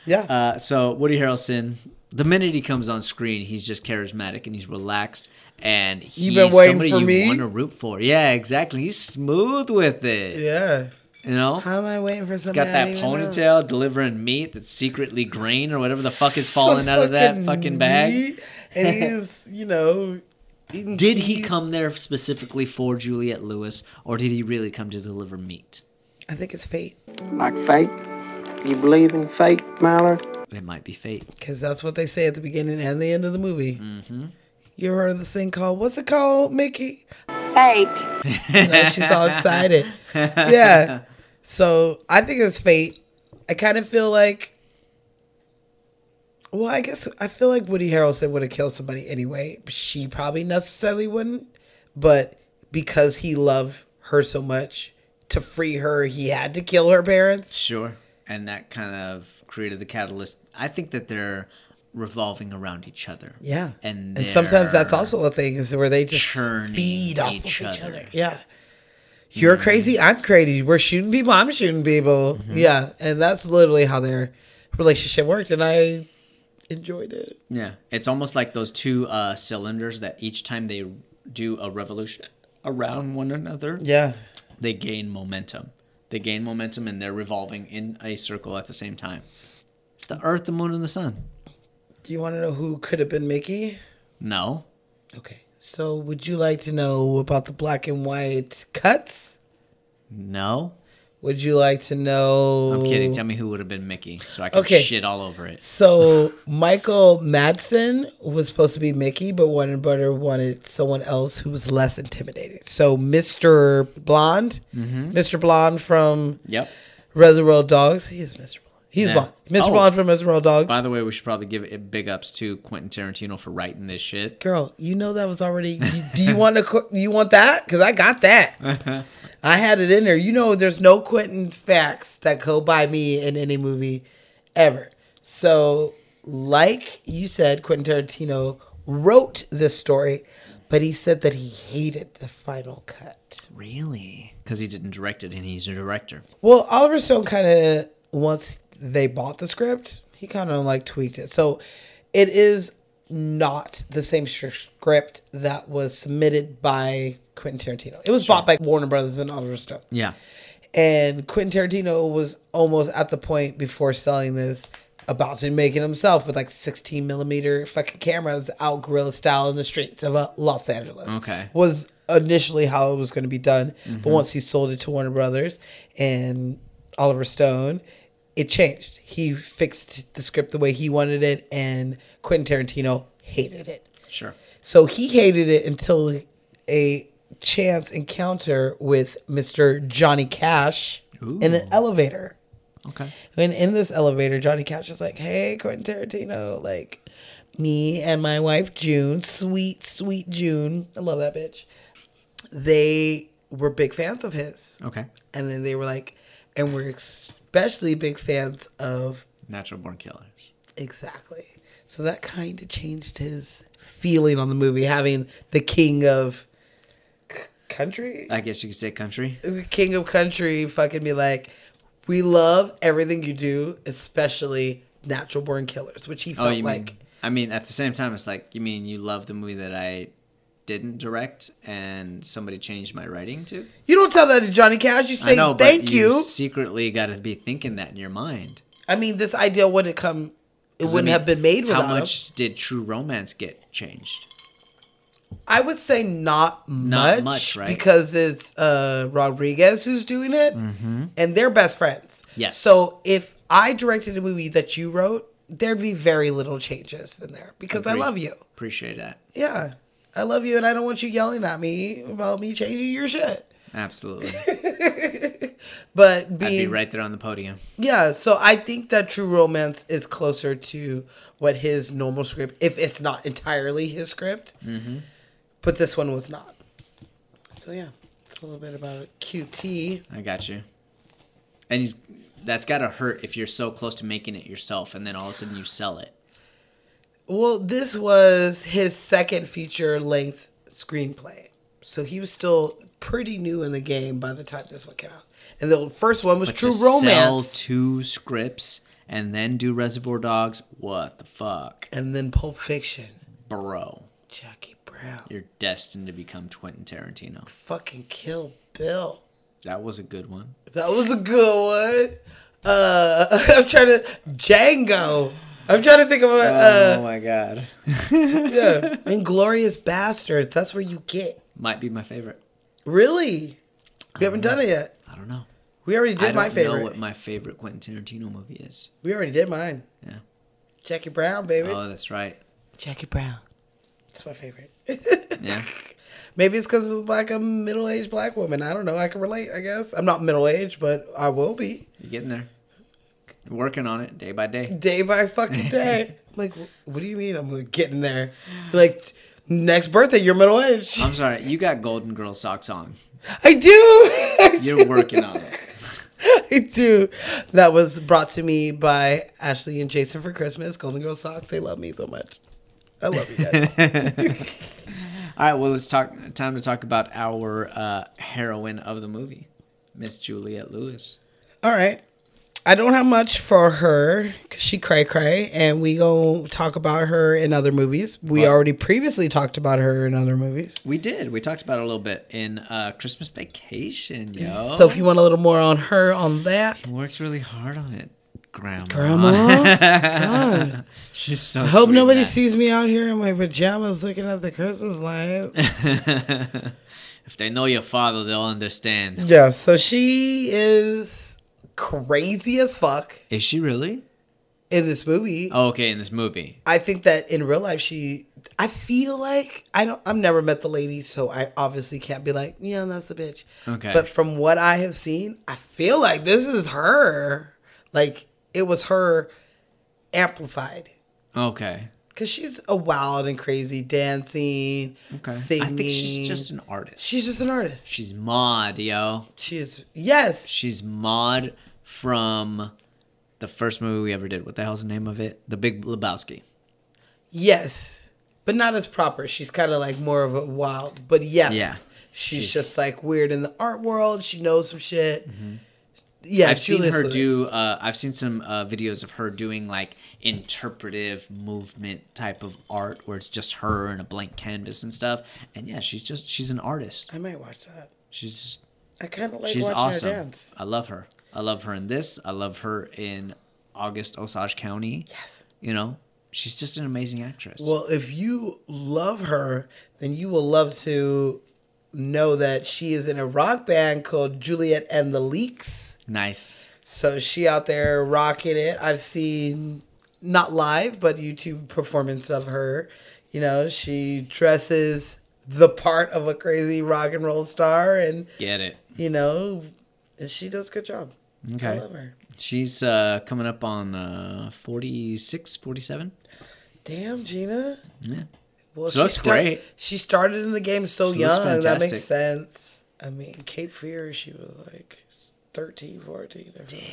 Yeah.
Uh, so Woody Harrelson, the minute he comes on screen, he's just charismatic and he's relaxed and he's
You been waiting
somebody
for
you
me?
want to root for. Yeah, exactly. He's smooth with it.
Yeah.
You know,
How am I waiting for somebody?
got
I
that
don't even know?
ponytail delivering meat that's secretly grain
<laughs>
or whatever the fuck is
Some
falling out of that fucking bag.
meat, And he's, you know, eating
Did he
cheese.
come there specifically for Juliet Lewis, or did he really come to deliver meat?
I think it's fate.
Like fate? You believe in fate, Mallory?
It might be fate.
Because that's what they say at the beginning and the end of the movie. Mm-hmm. You heard of the thing called, what's it called, Mickey? <laughs>
Fate.
You know, she's all excited. Yeah. So I think it's fate. I kind of feel like, well, I guess I feel like Woody Harrelson would have killed somebody anyway. She probably necessarily wouldn't. But because he loved her so much, to free her, he had to kill her parents.
Sure. And that kind of created the catalyst. I think that they're revolving around each other.
Yeah.
And,
and sometimes that's
they're-
also a thing is where they just
churning
feed off
each
of each
other. Hmm.
other. Yeah. You're crazy, I'm crazy. We're shooting people, I'm shooting people.
Mm-hmm.
Yeah. And that's literally how their relationship worked and I enjoyed it.
Yeah. It's almost like those two uh, cylinders that each time they do a revolution around one another,
Yeah.
they gain momentum. They gain momentum and they're revolving in a circle at the same time. It's the earth, the moon, and the sun.
Do you want to know who could have been Mickey?
No.
Okay. So would you like to know about the black and white cuts?
No.
Would you like to know
I'm kidding. Tell me who would have been Mickey so I can
Okay.
shit all over it.
So Michael Madsen was supposed to be Mickey, but Warner Butter wanted someone else who was less intimidating. So Mr. Blonde, Mr. Blonde from
Yep.
Reservoir Dogs, he is Mr. Blonde. He's
Yeah.
blonde. Mr.
Oh.
Blonde from Reservoir Dogs.
By the way, we should probably give it big ups to Quentin Tarantino for writing this shit.
Girl, you know that was already. You, do you want to? <laughs> You want that? Because I got that. I had it in there. You know, there's no Quentin facts that go by me in any movie ever. So, like you said, Quentin Tarantino wrote this story, but he said that he hated the final cut.
Really? Because he didn't direct it and he's a director.
Well, Oliver Stone kind of once they bought the script, he kind of like tweaked it. So, it is not the same str- script that was submitted by Quentin Tarantino. It was bought by Warner Brothers and Oliver Stone.
Yeah.
And Quentin Tarantino was almost at the point before selling this about to make it himself with like 16 millimeter fucking cameras out guerrilla style in the streets of uh, Los Angeles.
Okay.
Was initially how it was going to be done. But once he sold it to Warner Brothers and Oliver Stone, it changed. He fixed the script the way he wanted it, and Quentin Tarantino hated it.
Sure.
So he hated it until a chance encounter with Mr. Johnny Cash in an elevator.
Okay.
And in this elevator, Johnny Cash is like, "Hey, Quentin Tarantino, like me and my wife June, sweet, sweet June, I love that bitch. They were big fans of his,
Okay.
and then they were like, and we're especially big fans of
Natural Born Killers.
Exactly. So that kind of changed his feeling on the movie, having the king of c- country,
I guess you could say country.
the king of country, fucking be like, "We love everything you do, especially Natural Born Killers," which he
Oh,
felt
you
like.
mean? I mean, at the same time, it's like you mean you love the movie that I didn't direct and somebody changed my writing to.
You don't tell that to Johnny Cash. You say,
I know, but
"Thank you."
Secretly, got to be thinking that in your mind.
I mean, this idea wouldn't come. It
'Cause, I
wouldn't
mean,
have been made without
How
him.
much did True Romance get changed?
I would say not much,
Not much, right?
because it's uh, Rodriguez who's doing it, and they're best friends.
Mm-hmm. Yes.
So if I directed a movie that you wrote, there'd be very little changes in there because I
Agreed.
love you.
Appreciate that.
Yeah, I love you, and I don't want you yelling at me about me changing your shit. <laughs>
Absolutely.
But
I'd be
being
right there on the podium.
yeah, so I think that True Romance is closer to what his normal script, if it's not entirely his script. But this one was not. So yeah, it's a little bit about QT.
I got you. And he's that's gotta hurt if you're so close to making it yourself, and then all of a sudden you sell it.
Well, this was his second feature length screenplay. So he was still pretty new in the game by the time this one came out. And the first one was
But
True
to Sell
Romance.
two scripts and then do Reservoir Dogs. What the fuck,
and then Pulp Fiction.
bro?
Jackie Brown.
You're destined to become Quentin Tarantino.
Fucking Kill Bill.
That was a good one.
That was a good one. Uh, <laughs> I'm trying to. Django. I'm trying to think of a.
<laughs> oh
Uh,
my god,
yeah. Inglorious Bastards. That's where you get.
<laughs> might be my favorite.
Really? We haven't done it yet.
I don't know.
We already
I
did
don't
my
know
favorite.
what my favorite Quentin Tarantino movie is.
we already did mine.
Yeah.
Jackie Brown, baby.
Oh, that's right.
Jackie Brown. That's my favorite. <laughs>
<laughs> Yeah.
Maybe it's because it's like a middle aged black woman. I don't know. I can relate, I guess. I'm not middle aged, but I will be
You're getting there. Working on it day by <laughs> day.
day by fucking day. I'm like, "Wh- what do you mean I'm like, getting there? You're like, next birthday, you're middle aged.
I'm sorry, you got Golden Girl socks on.
<laughs> I do. I
You're
do. <laughs>
working on it.
I do. That was brought to me by Ashley and Jason for Christmas. Golden Girl socks. They love me so much. I love you guys.
All right, well, let's talk. Time to talk about our uh, heroine of the movie, Miss Juliette Lewis.
All right. I don't have much for her because she cray cray, and we gonna talk about her in other movies. We
Right.
already previously talked about her in other movies.
We did. We talked about it a little bit in uh, Christmas Vacation, yo.
So if you want a little more on her on that,
worked really hard on it, Grandma.
Grandma, God,
<laughs> She's so.
I hope
sweet in
nobody
that.
sees me out here in my pajamas looking at the Christmas
<laughs>
lights.
If they know your father, they'll understand.
yeah. So she is crazy as fuck
Is she really?
in this movie.
Oh, okay, in this movie.
I think that in real life she I feel like I don't I've never met the lady, so I obviously can't be like, yeah, that's the bitch.
Okay.
But from what I have seen, I feel like this is her. Like it was her amplified.
Okay.
Cause she's a wild and crazy dancing,
Okay.
singing.
I think she's just an artist.
She's just an artist.
She's mod, yo.
She is yes.
She's mod from the first movie we ever did. What the hell's the name of it? The Big Lebowski.
Yes, but not as proper. She's kind of like more of a wild, but yes,
Yeah.
she's,
She's-
just like weird in the art world. She knows some shit. Yeah,
Mm-hmm. I've seen
Julia
her
Lewis.
do. Uh, I've seen some uh, videos of her doing like interpretive movement type of art, where it's just her and a blank canvas and stuff. And yeah, she's just she's an artist.
I might watch that.
She's
I kind of like
she's
watching
awesome.
her dance.
I love her. I love her in this. I love her in August Osage County.
Yes.
You know, she's just an amazing actress.
Well, if you love her, then you will love to know that she is in a rock band called Juliet and the Leaks.
nice.
So she out there rocking it. I've seen not live, but YouTube performance of her. You know, she dresses the part of a crazy rock and roll star, and
Get it.
you know, and she does a good job.
Okay.
I love her.
She's uh, coming up on uh, 46, 47.
Damn, Gina.
Yeah.
Well,
She looks great.
She started in the game so
She looks
young. That makes
fantastic.
sense. I mean, Cape Fear, she was like 13, 14. I feel like.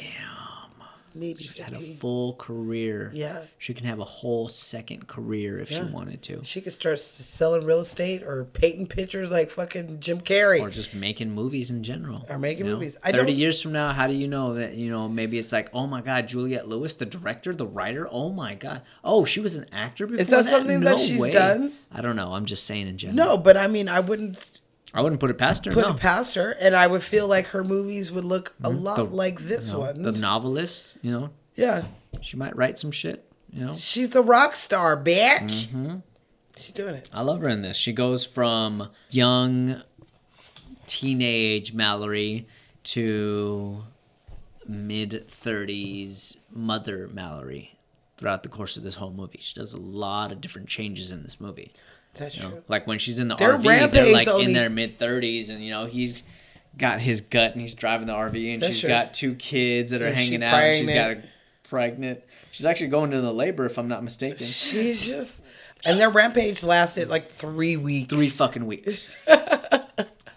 Maybe
She's had a
15.
full career.
Yeah.
She can have a whole second career if
Yeah.
she wanted to.
She could start s- selling real estate or painting pictures like fucking Jim Carrey.
Or just making movies in general.
Or making
you know?
movies. I
30
don't-
years from now, how do you know that, you know, maybe it's like, oh my God, Juliette Lewis, the director, the writer? Oh my God. Oh, she was an actor before?
that something that she's done?
I don't know. I'm just saying in general.
no, but I mean, I wouldn't
I wouldn't put it past her.
put
no. Mm-hmm.
it past her, and I would feel like her movies would look a lot
The-
like this
you know,
one.
The novelist, you know,
yeah,
she might write some shit, you know?
she's the rock star, bitch.
Mm-hmm.
She's doing it.
I love her in this. She goes from young teenage Mallory to mid 30s mother Mallory throughout the course of this whole movie. She does a lot of different changes in this movie.
That's
You know,
true.
like when she's in the
Their
RV,
Rampage's
they're like
only-
in their mid 30s, and you know he's got his gut, and he's driving the RV, and
That's
she's
true.
got two kids that are
And she
hanging out. And she's got a
pregnant.
pregnant. She's actually going into the labor, if I'm not mistaken.
She's just, and their rampage lasted like three weeks.
Three fucking weeks.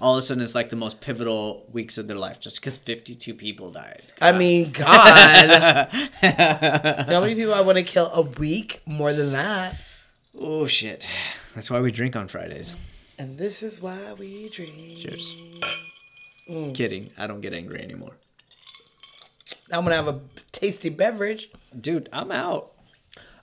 all of a sudden it's like the most pivotal weeks of their life just because 52 people died.
I
<laughs>
mean, God. How many people I want to kill a week? More than that.
Oh, shit. That's why we drink on Fridays.
And this is why we drink.
Cheers. Kidding. I don't get angry anymore.
I'm going to have a tasty beverage.
Dude, I'm out.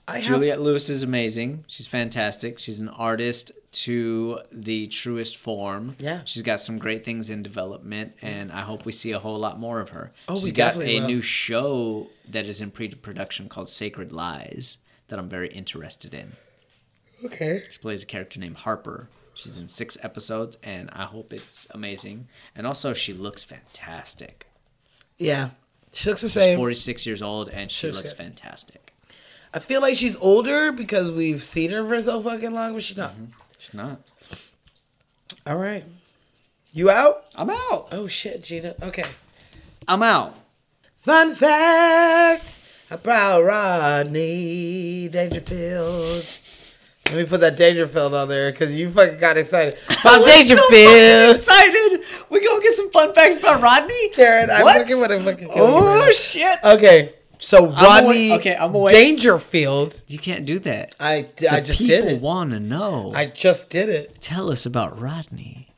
I have
Juliette Lewis is amazing. She's fantastic. She's an artist to the truest form.
Yeah.
She's got some great things in development, and I hope we see a whole lot more of her.
Oh, we
She's got
definitely
a
will.
new show that is in pre production called Sacred Lies that I'm very interested in.
Okay.
She plays a character named Harper. She's in six episodes, and I hope it's amazing. And also, she looks fantastic.
Yeah. She looks the
She's
same.
46 years old, and she
She's
looks
it.
fantastic.
I feel like she's older because we've seen her for so fucking long, but she's not.
She's not.
All right. You out?
I'm out.
Oh shit, Gina. Okay.
I'm out.
Fun fact about Rodney Dangerfield. Let me put that Dangerfield on there because you fucking got
<laughs>
excited. Bob
We're so fucking <laughs>
Dangerfield.
excited. We gonna get some fun facts about Rodney.
Karen, I
What?
fucking want to fucking kill you Uh, right
Oh
now.
shit!
Okay, so Rodney
awake- okay, I'm awake.
Dangerfield.
You can't do that.
I, I
The
just did
people
it.
wanna know.
I just did it.
Tell us about Rodney.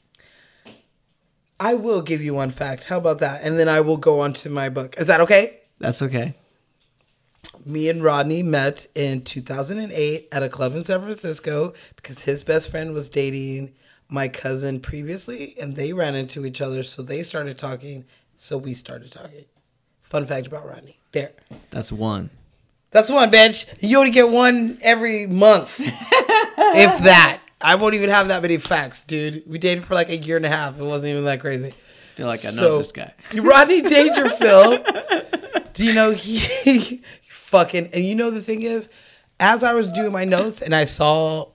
I will give you one fact. How about that? And then I will go on to my book. Is that okay?
That's okay.
Me and Rodney met in 2008 at a club in San Francisco because his best friend was dating my cousin previously and they ran into each other. So they started talking. So we started talking. Fun fact about Rodney. There.
That's one.
That's one, bitch. You only get one every month, if that. I won't even have that many facts, dude. We dated for like a year and a half. It wasn't even that crazy.
I feel like I know
So-
this guy.
Rodney Dangerfield. do you know he, <laughs> he fucking and you know the thing is, as I was doing my notes and I saw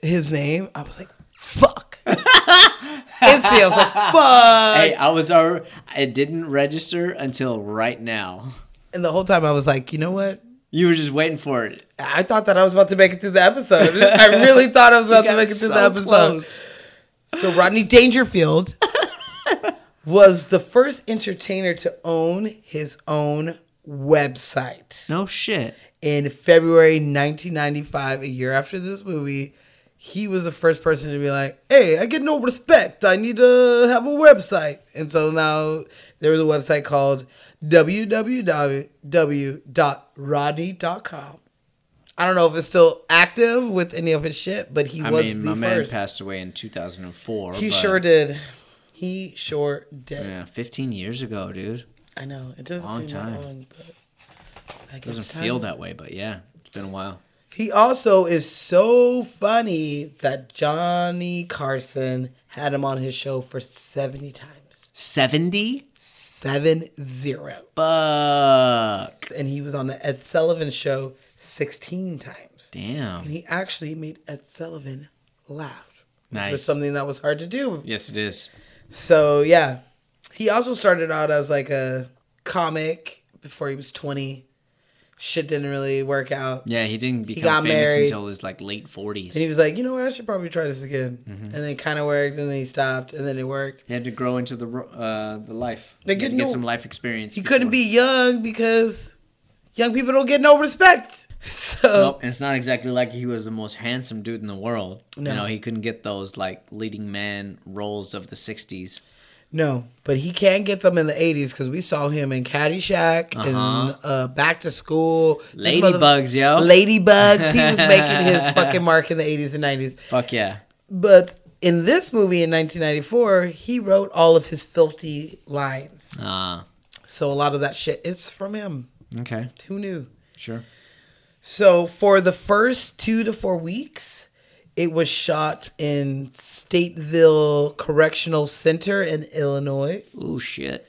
his name, I was like, fuck. Instantly, I was like, fuck.
Hey, I was our. It didn't register until right now.
And the whole time I was like, you know what?
You were just waiting for it.
I thought that I was about to make it through the episode. I really thought I was about to
got
make it through
so
the episode.
close.
So Rodney Dangerfield was the first entertainer to own his own website.
No shit.
in February 1995, a year after this movie, he was the first person to be like, "Hey, I get no respect. I need to have a website." And so now there was a website called www.rodney.com. I don't know if it's still active with any of his shit, but he
I
was
mean,
the
my
first.
man passed away in 2004.
he
but-
sure did. He sure did.
Yeah, 15 years ago, dude.
I know it doesn't
Long
seem that
time.
long, but I guess
Doesn't
time-
feel that way, but yeah, it's been a while.
He also is so funny that Johnny Carson had him on his show for 70 times.
70?
Seven zero.
Fuck.
And he was on the Ed Sullivan show 16 times. And
Damn.
he actually made Ed Sullivan laugh, which was
Nice.
something that was hard to do.
Yes, it is.
So, yeah. He also started out as like a comic before he was 20. Shit didn't really work out.
Yeah, he didn't become
got
famous
married.
until his like late 40s.
And he was like, you know what? I should probably try this again.
Mm-hmm.
And it kind of worked, and then he stopped, and then it worked.
He had to grow into the ro- uh, the life.
They
He had to
couldn't
get
know-
some life experience.
He couldn't be young because young people don't get no respect. <laughs> So
Nope, and it's not exactly like he was the most handsome dude in the world.
No.
You know, he couldn't get those like leading man roles of the 60s.
no, but he can get them in the '80s because we saw him in Caddyshack and uh, Back to School. This mother-
Uh-huh. Ladybugs, yo.
Ladybugs. He was making
<laughs>
his fucking mark in the '80s and '90s.
Fuck yeah.
But in this movie in 1994, he wrote all of his filthy lines.
Ah,
So a lot of that shit is from him.
okay.
Who knew?
Sure.
So for the first two to four weeks, it was shot in Stateville Correctional Center in Illinois.
Oh shit.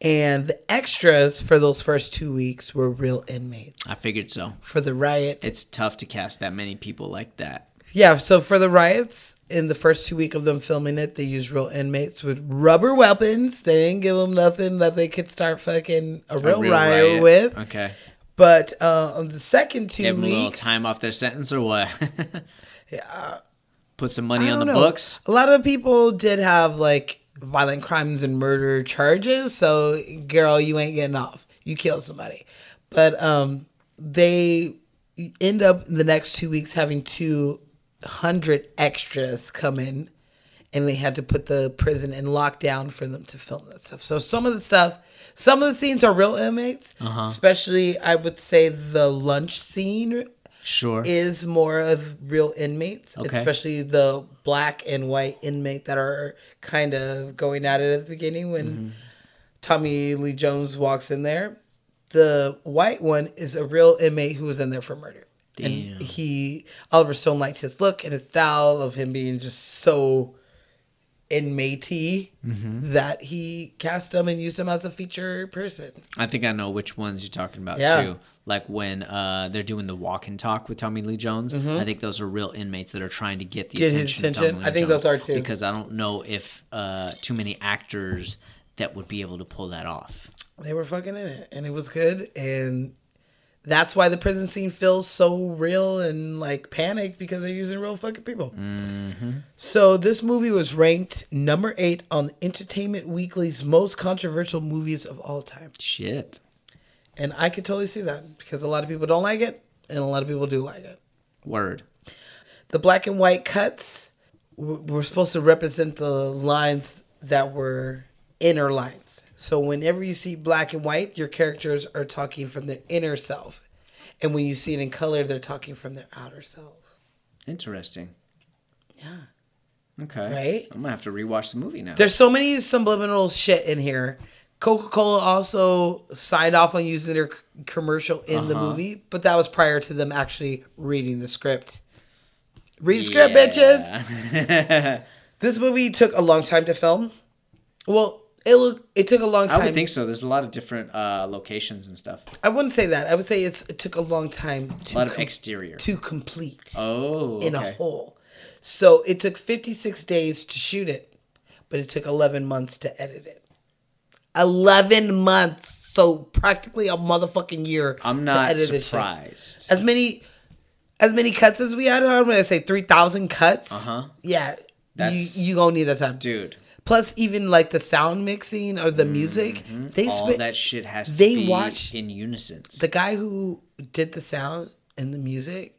And the extras for those first two weeks were real inmates.
I figured so.
for the riot.
It's tough to cast that many people like that.
yeah, so for the riots, in the first two week of them filming it, they used real inmates with rubber weapons. They didn't give them nothing that they could start fucking a
A
real,
real
riot, with.
Okay.
But uh, on the second two
Give them a
weeks,
little time off their sentence or what? <laughs> Put some money
I
on the
don't know.
books.
A lot of people did have like violent crimes and murder charges. So, girl, you ain't getting off. You killed somebody. But um, they end up the next two weeks having 200 extras come in, and they had to put the prison in lockdown for them to film that stuff. So, some of the stuff, some of the scenes are real inmates,
Uh-huh.
especially I would say the lunch scene
Sure.
is more of real inmates,
Okay.
especially the black and white inmate that are kind of going at it at the beginning when
Mm-hmm.
Tommy Lee Jones walks in there. The white one is a real inmate who was in there for murder.
Damn.
And he Oliver Stone liked his look and his style of him being just so inmatey
Mhm.
that he cast him and used him as a feature person.
I think I know which ones you're talking about
Yeah.
too. Like when uh, they're doing the walk and talk with Tommy Lee Jones,
Mhm.
I think those are real inmates that are trying to get the
Get his
attention. of Tommy
attention.
Lee
I think
Jones
those are too.
Because I don't know if uh, too many actors that would be able to pull that off.
they were fucking in it and it was good and that's why the prison scene feels so real and like panicked because they're using real fucking people. So this movie was ranked number eight on Entertainment Weekly's most controversial movies of all time.
Shit.
And I could totally see that because a lot of people don't like it and a lot of people do like it.
Word.
The black and white cuts w- were supposed to represent the lines that were inner lines. So whenever you see black and white, your characters are talking from their inner self. And when you see it in color, they're talking from their outer self.
Interesting.
Yeah.
Okay.
Right?
I'm gonna have to rewatch the movie now.
There's so many subliminal shit in here. Coca Cola also signed off on using their c- commercial in the
Uh-huh.
movie, but that was prior to them actually reading the script. Read the script,
<laughs>
bitches. this movie took a long time to film. Well, it look it took a long
I
time.
would think so. There's a lot of different uh, locations and stuff.
I wouldn't say that. I would say it's, it took a long time to
A lot of
com-
exterior.
to complete.
Oh,
in a
okay.
hole. So it took 56 days to shoot it, but it took 11 months to edit it. 11 months. So practically a motherfucking year.
I'm not
this shit.
surprised.
As many as many cuts as we had, I'm gonna say 3,000 cuts.
Uh-huh.
Yeah.
That's-
you, you gonna need that time.
Dude. Mm-hmm.
Plus, even like the sound mixing or the music, they
All
spent
that shit has to
they
be
watched-
in unison.
the guy who did the sound and the music,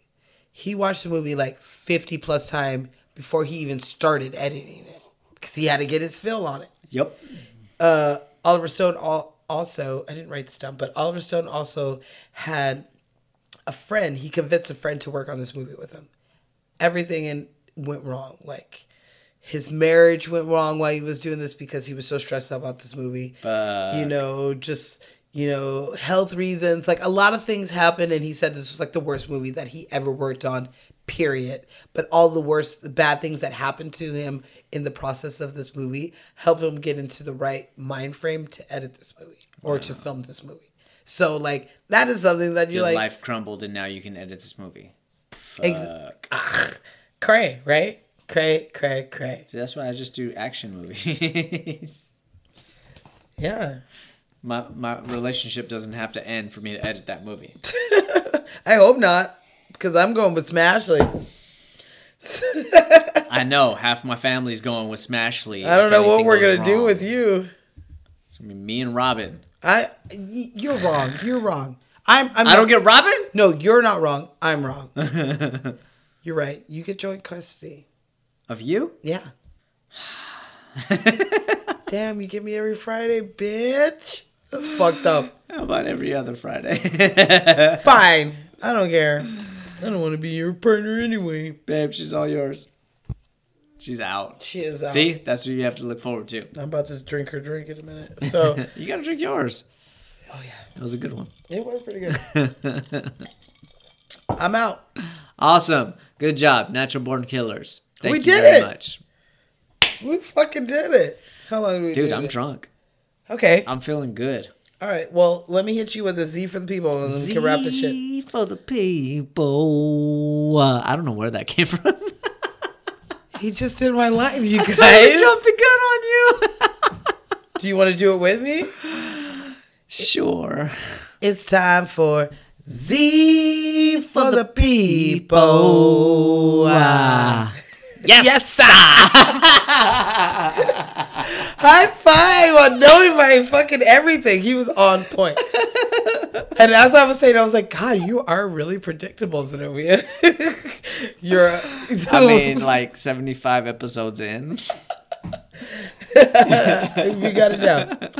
he watched the movie like 50 plus time before he even started editing it because he had to get his feel on it.
Yep.
Uh, Oliver Stone al- also, I didn't write this down, but Oliver Stone also had a friend. He convinced a friend to work on this movie with him. Everything in, went wrong. Like, his marriage went wrong while he was doing this because he was so stressed out about this movie
Fuck.
you know, just you know, health reasons. Like a lot of things happened, and he said this was like the worst movie that he ever worked on. Period. But all the worst, the bad things that happened to him in the process of this movie helped him get into the right mind frame to edit this movie or to film this movie. So like that is something that you're
Your
like,
life crumbled, and now you can edit this movie. Fuck.
Ex- ah, cray, right? Cray, cray, cray.
See, that's why I just do action movies. <laughs>
Yeah.
my my relationship doesn't have to end for me to edit that movie.
I hope not, because I'm going with Smash. Like, <laughs>
I know half my family's going with Smashly.
I don't
if
know what
anything
we're
goes
gonna do
wrong.
with you.
It's gonna be me and Robin.
I, y- you're wrong. You're wrong. I'm. I'm <laughs>
I don't get Robin.
No, you're not wrong. I'm
<laughs>
wrong. you're right. You get joint custody.
Of you? <laughs>
Yeah. Damn, you get me every Friday, bitch. That's fucked up.
How about every other Friday? <laughs>
Fine. I don't care. I don't want to be your partner anyway.
Babe, she's all yours. She's out.
She is out.
See, that's what you have to look forward to.
I'm about to drink her drink in a minute.
<laughs>
So
you gotta drink yours. Oh yeah, that was a good one.
it was pretty
<laughs>
good. I'm out.
Awesome. Good job, Natural Born Killers. Thank
We
you
did
very
it.
much.
We fucking did it. How long did we do
Dude, I'm
this?
drunk.
Okay.
I'm feeling good.
All right. Well, let me hit you with a Z for the people, and then we can wrap the shit.
Z for the people. Uh, I don't know where that came <laughs> from.
He just did my line,
<laughs>
you guys.
totally jumped the gun on you.
do you want to do it with me?
Sure.
It's time for Z for the people.
Ah. Yes, yes, sir.
High five on knowing my fucking everything. He was on
<laughs>
point. And as I was saying, I was like, God, you are really predictable, Zenobia. <laughs> You're. <laughs> A,
<laughs> I mean, like seventy-five episodes in.
<laughs> we got it down.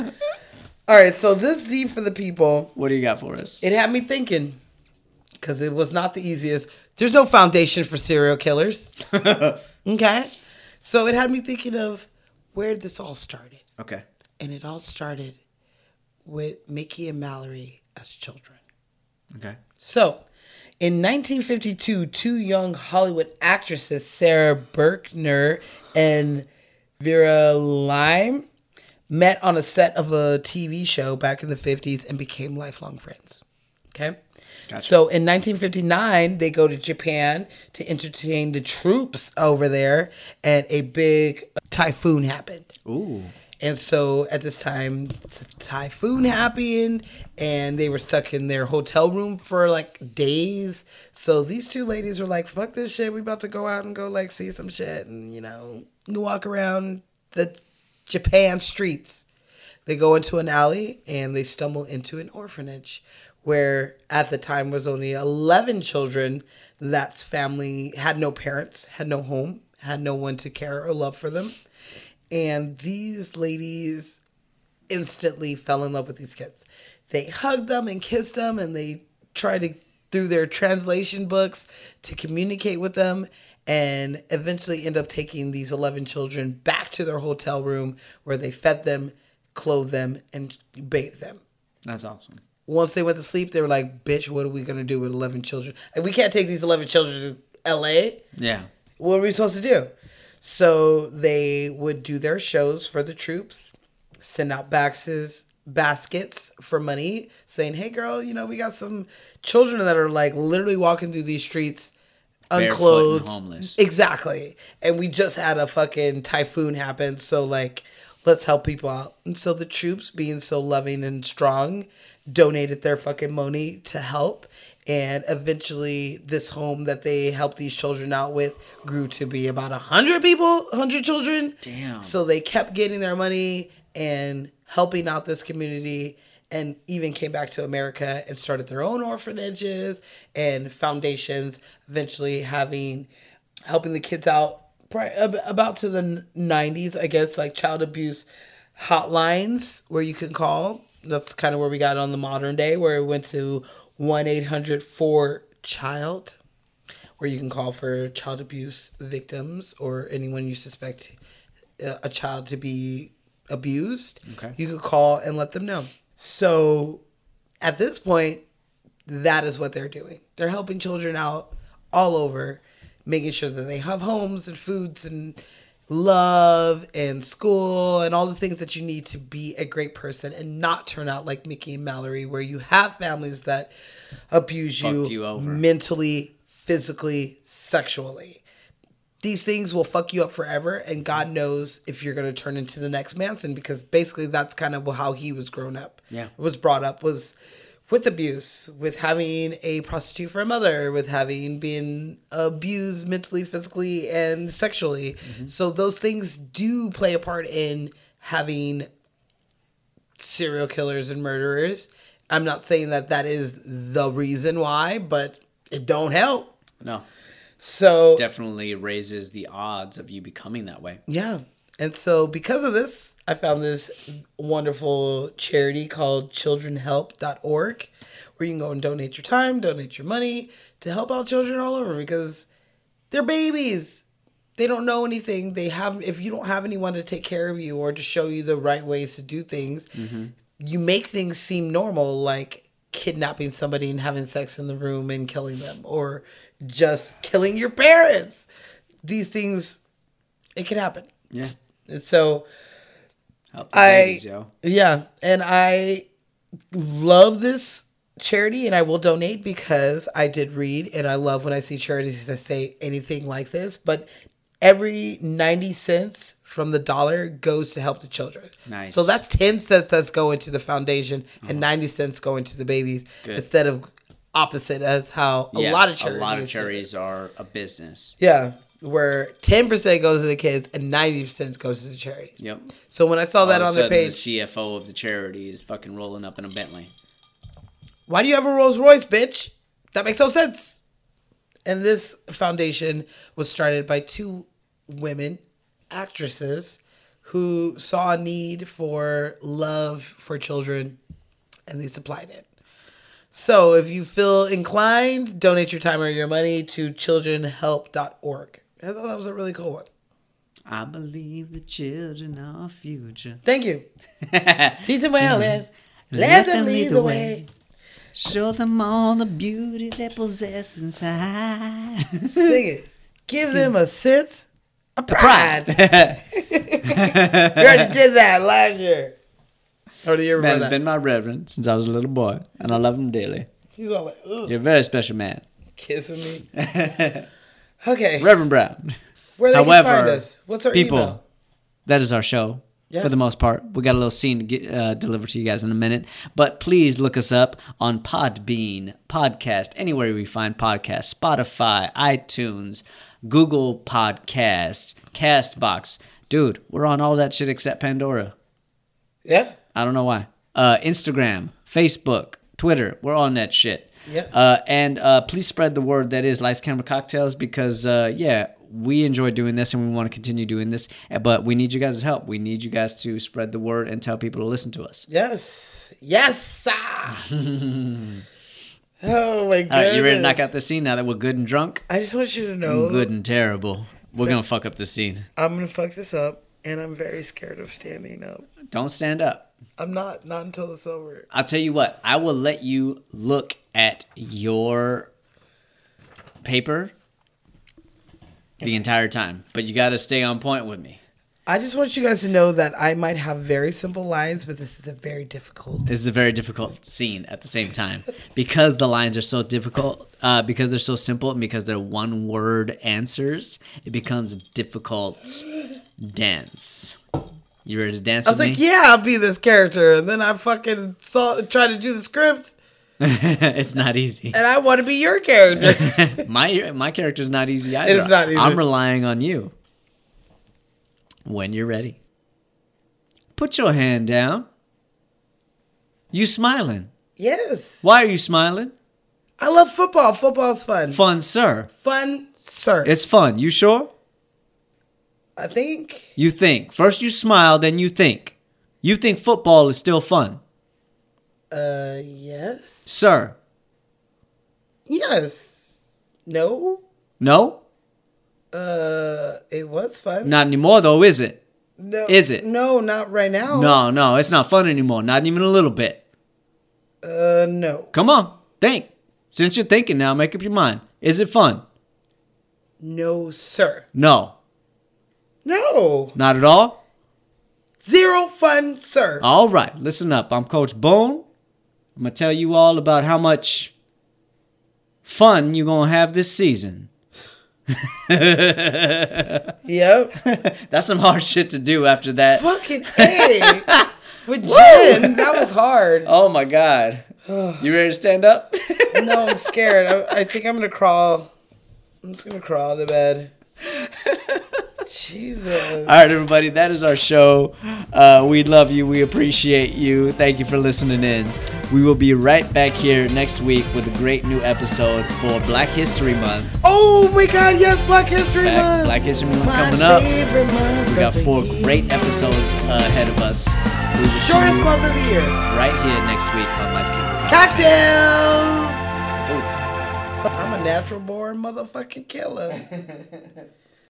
All right, so this Z for the people.
What do you got for us?
It had me thinking because it was not the easiest. There's no foundation for serial
<laughs>
killers. okay. So it had me thinking of where this all started.
Okay.
And it all started with Mickey and Mallory as children.
Okay.
So, in 1952, two young Hollywood actresses, Sarah Berkner and Vera Lyme, met on a set of a TV show back in the 50s and became lifelong friends. Okay?
Gotcha.
So in 1959, they go to Japan to entertain the troops over there, and a big typhoon happened.
Ooh.
And so at this time, t- typhoon happened, and they were stuck in their hotel room for like days. So these two ladies were like, "Fuck this shit! We about to go out and go like see some shit, and you know, walk around the Japan streets." They go into an alley and they stumble into an orphanage, where at the time was only eleven children. That's family had no parents, had no home, had no one to care or love for them and these ladies instantly fell in love with these kids. They hugged them and kissed them, and they tried to through their translation books to communicate with them, and eventually end up taking these eleven children back to their hotel room where they fed them, clothed them, and bathed them.
That's awesome.
Once they went to sleep, they were like, "Bitch, what are we gonna do with eleven children? And we can't take these eleven children to L.A."
Yeah.
what are we supposed to do? So they would do their shows for the troops, send out boxes, baskets for money, saying, "Hey, girl, you know we got some children that are like literally walking through these streets,
and
unclothed,
homeless."
exactly." And we just had a fucking typhoon happen, so like, let's help people out. And so the troops, being so loving and strong, donated their fucking money to help. And eventually, this home that they helped these children out with grew to be about 100 people, 100 children.
Damn.
So they kept getting their money and helping out this community and even came back to America and started their own orphanages and foundations, eventually having helping the kids out pri- ab- about to the n- 90s, I guess, like child abuse hotlines where you can call. That's kind of where we got on the modern day, where it went to 1 800 4 child where you can call for child abuse victims or anyone you suspect uh, a child to be abused.
Okay.
You could call and let them know. So at this point, that is what they're doing. They're helping children out all over, making sure that they have homes and foods and love and school and all the things that you need to be a great person and not turn out like Mickey and Mallory, where you have families that abuse you,
Fucked you over.
mentally, physically, sexually. These things will fuck you up forever, and God knows if you're gonna turn into the next Manson because basically that's kind of how he was grown up.
Yeah.
was brought up was with abuse, with having a prostitute for a mother, with having been abused mentally, physically, and sexually. So those things do play a part in having serial killers and murderers. I'm not saying that that is the reason why, but it don't help.
No.
So
Definitely raises the odds of you becoming that way.
yeah. And so because of this, I found this wonderful charity called childrenhelp.org where you can go and donate your time, donate your money to help out children all over because they're babies. They don't know anything. They have if you don't have anyone to take care of you or to show you the right ways to do things, you make things seem normal like kidnapping somebody and having sex in the room and killing them or just killing your parents. These things it could happen.
Yeah.
So
Help the
I
babies, yo.
yeah, and I love this charity, and I will donate because I did read, and I love when I see charities that say anything like this. But every ninety cents from the dollar goes to help the children.
Nice.
So
Uh-huh.
that's ten cents that's going to the foundation, and ninety cents going to the babies
Good.
instead of opposite as how
Yeah,
a lot of charities
a lot
do
of
it.
charities are a business.
Yeah. where 10% goes to the kids and 90% goes to the charities.
Yep.
So when I saw that
All of a
on their
sudden,
page,
the CFO of the charity is fucking rolling up in a Bentley.
why do you have a Rolls Royce, bitch? That makes no sense. And this foundation was started by two women, actresses, who saw a need for love for children and they supplied it. So if you feel inclined, donate your time or your money to childrenhelp.org. I thought that was a really cool one.
I believe the children are future.
Thank <laughs> you. Teach them well, man. Let them lead the way.
Show them all the beauty they
<laughs>
possess inside.
Sing it. Give them a sense of pride. <laughs> You already did that last year. Or the year
This
before
man has
that.
been my reverend since I was a little boy, and I love him dearly.
He's all like, ugh,
You're a very special man,
kissing
<laughs>
me. Okay.
Reverend Brown.
Where they
However,
can find us. What's our
people,
email?
that is our show
Yeah.
for the most part. We got a little scene to get, uh, deliver to you guys in a minute, but please look us up on Podbean podcast anywhere we find podcasts, Spotify, iTunes, Google Podcasts, Castbox. Dude, we're on all that shit except Pandora.
Yeah.
I don't know why. Uh, Instagram, Facebook, Twitter. We're on that shit.
Yeah.
Uh, and uh, please spread the word that is Lights Camera Cocktails because, uh, yeah, we enjoy doing this and we want to continue doing this. uh, But we need you guys' help. We need you guys to spread the word and tell people to listen to us.
Yes. Yes.
<laughs>
sir. oh my god.
All right, you ready to knock out the scene now that we're good and drunk?
I just want you to know
and Good and terrible. We're going to fuck up the scene.
I'm gonna fuck this up and I'm very scared of standing up.
Don't stand up.
I'm not not until it's over.
I'll tell you what, I will let you look at your paper the entire time, but you got to stay on point with me.
I just want you guys to know that I might have very simple lines, but this is a very difficult
This is a very difficult scene at the same time
<laughs>
because the lines are so difficult, uh, because they're so simple, and because they're one word answers, it becomes a difficult dance. You ready to dance
I was
with
like,
me?
yeah, I'll be this character. And then I fucking saw, tried to do the script,
<laughs> it's not easy.
and I want to be your character.
<laughs> my my character's not easy either.
It's not easy.
I'm relying on you. When you're ready, put your hand down. You smiling?
yes.
Why are you smiling?
I love football. Football's fun.
Fun, sir.
Fun, sir.
It's fun. You sure?
I think.
You think first. You smile, then you think. You think football is still fun,
Uh, yes.
sir?
Yes. No.
No,
Uh, it was fun.
not anymore though, is it?
no.
is it?
No, not right now.
No, no, it's not fun anymore. Not even a little bit.
Uh, no.
Come on, think. Since you're thinking now, make up your mind. Is it fun?
No, sir.
No,
No.
Not at all?
Zero fun, sir.
All right, listen up. I'm Coach Bone. I'm going to tell you all about how much fun you're going to have this season.
Yep.
That's some <laughs> hard shit to do after that.
Fucking A. With Jen, that was hard.
Oh my God. <sighs> You ready to stand up? <laughs>
No, I'm scared. I, I think I'm gonna crawl. I'm just gonna crawl to bed. Jesus.
All right, everybody, that is our show. Uh, we love you. We appreciate you. Thank you for listening in. We will be right back here next week with a great new episode for Black History Month.
Oh my God! Yes, Black History
Black,
Month.
Black History Month
my
coming up.
favorite month.
We got
of the
four
year.
great episodes ahead of us. We will see
Shortest
you
month of the year.
right here next week on Lights Camera.
Cocktails. I'm a natural born motherfucking killer.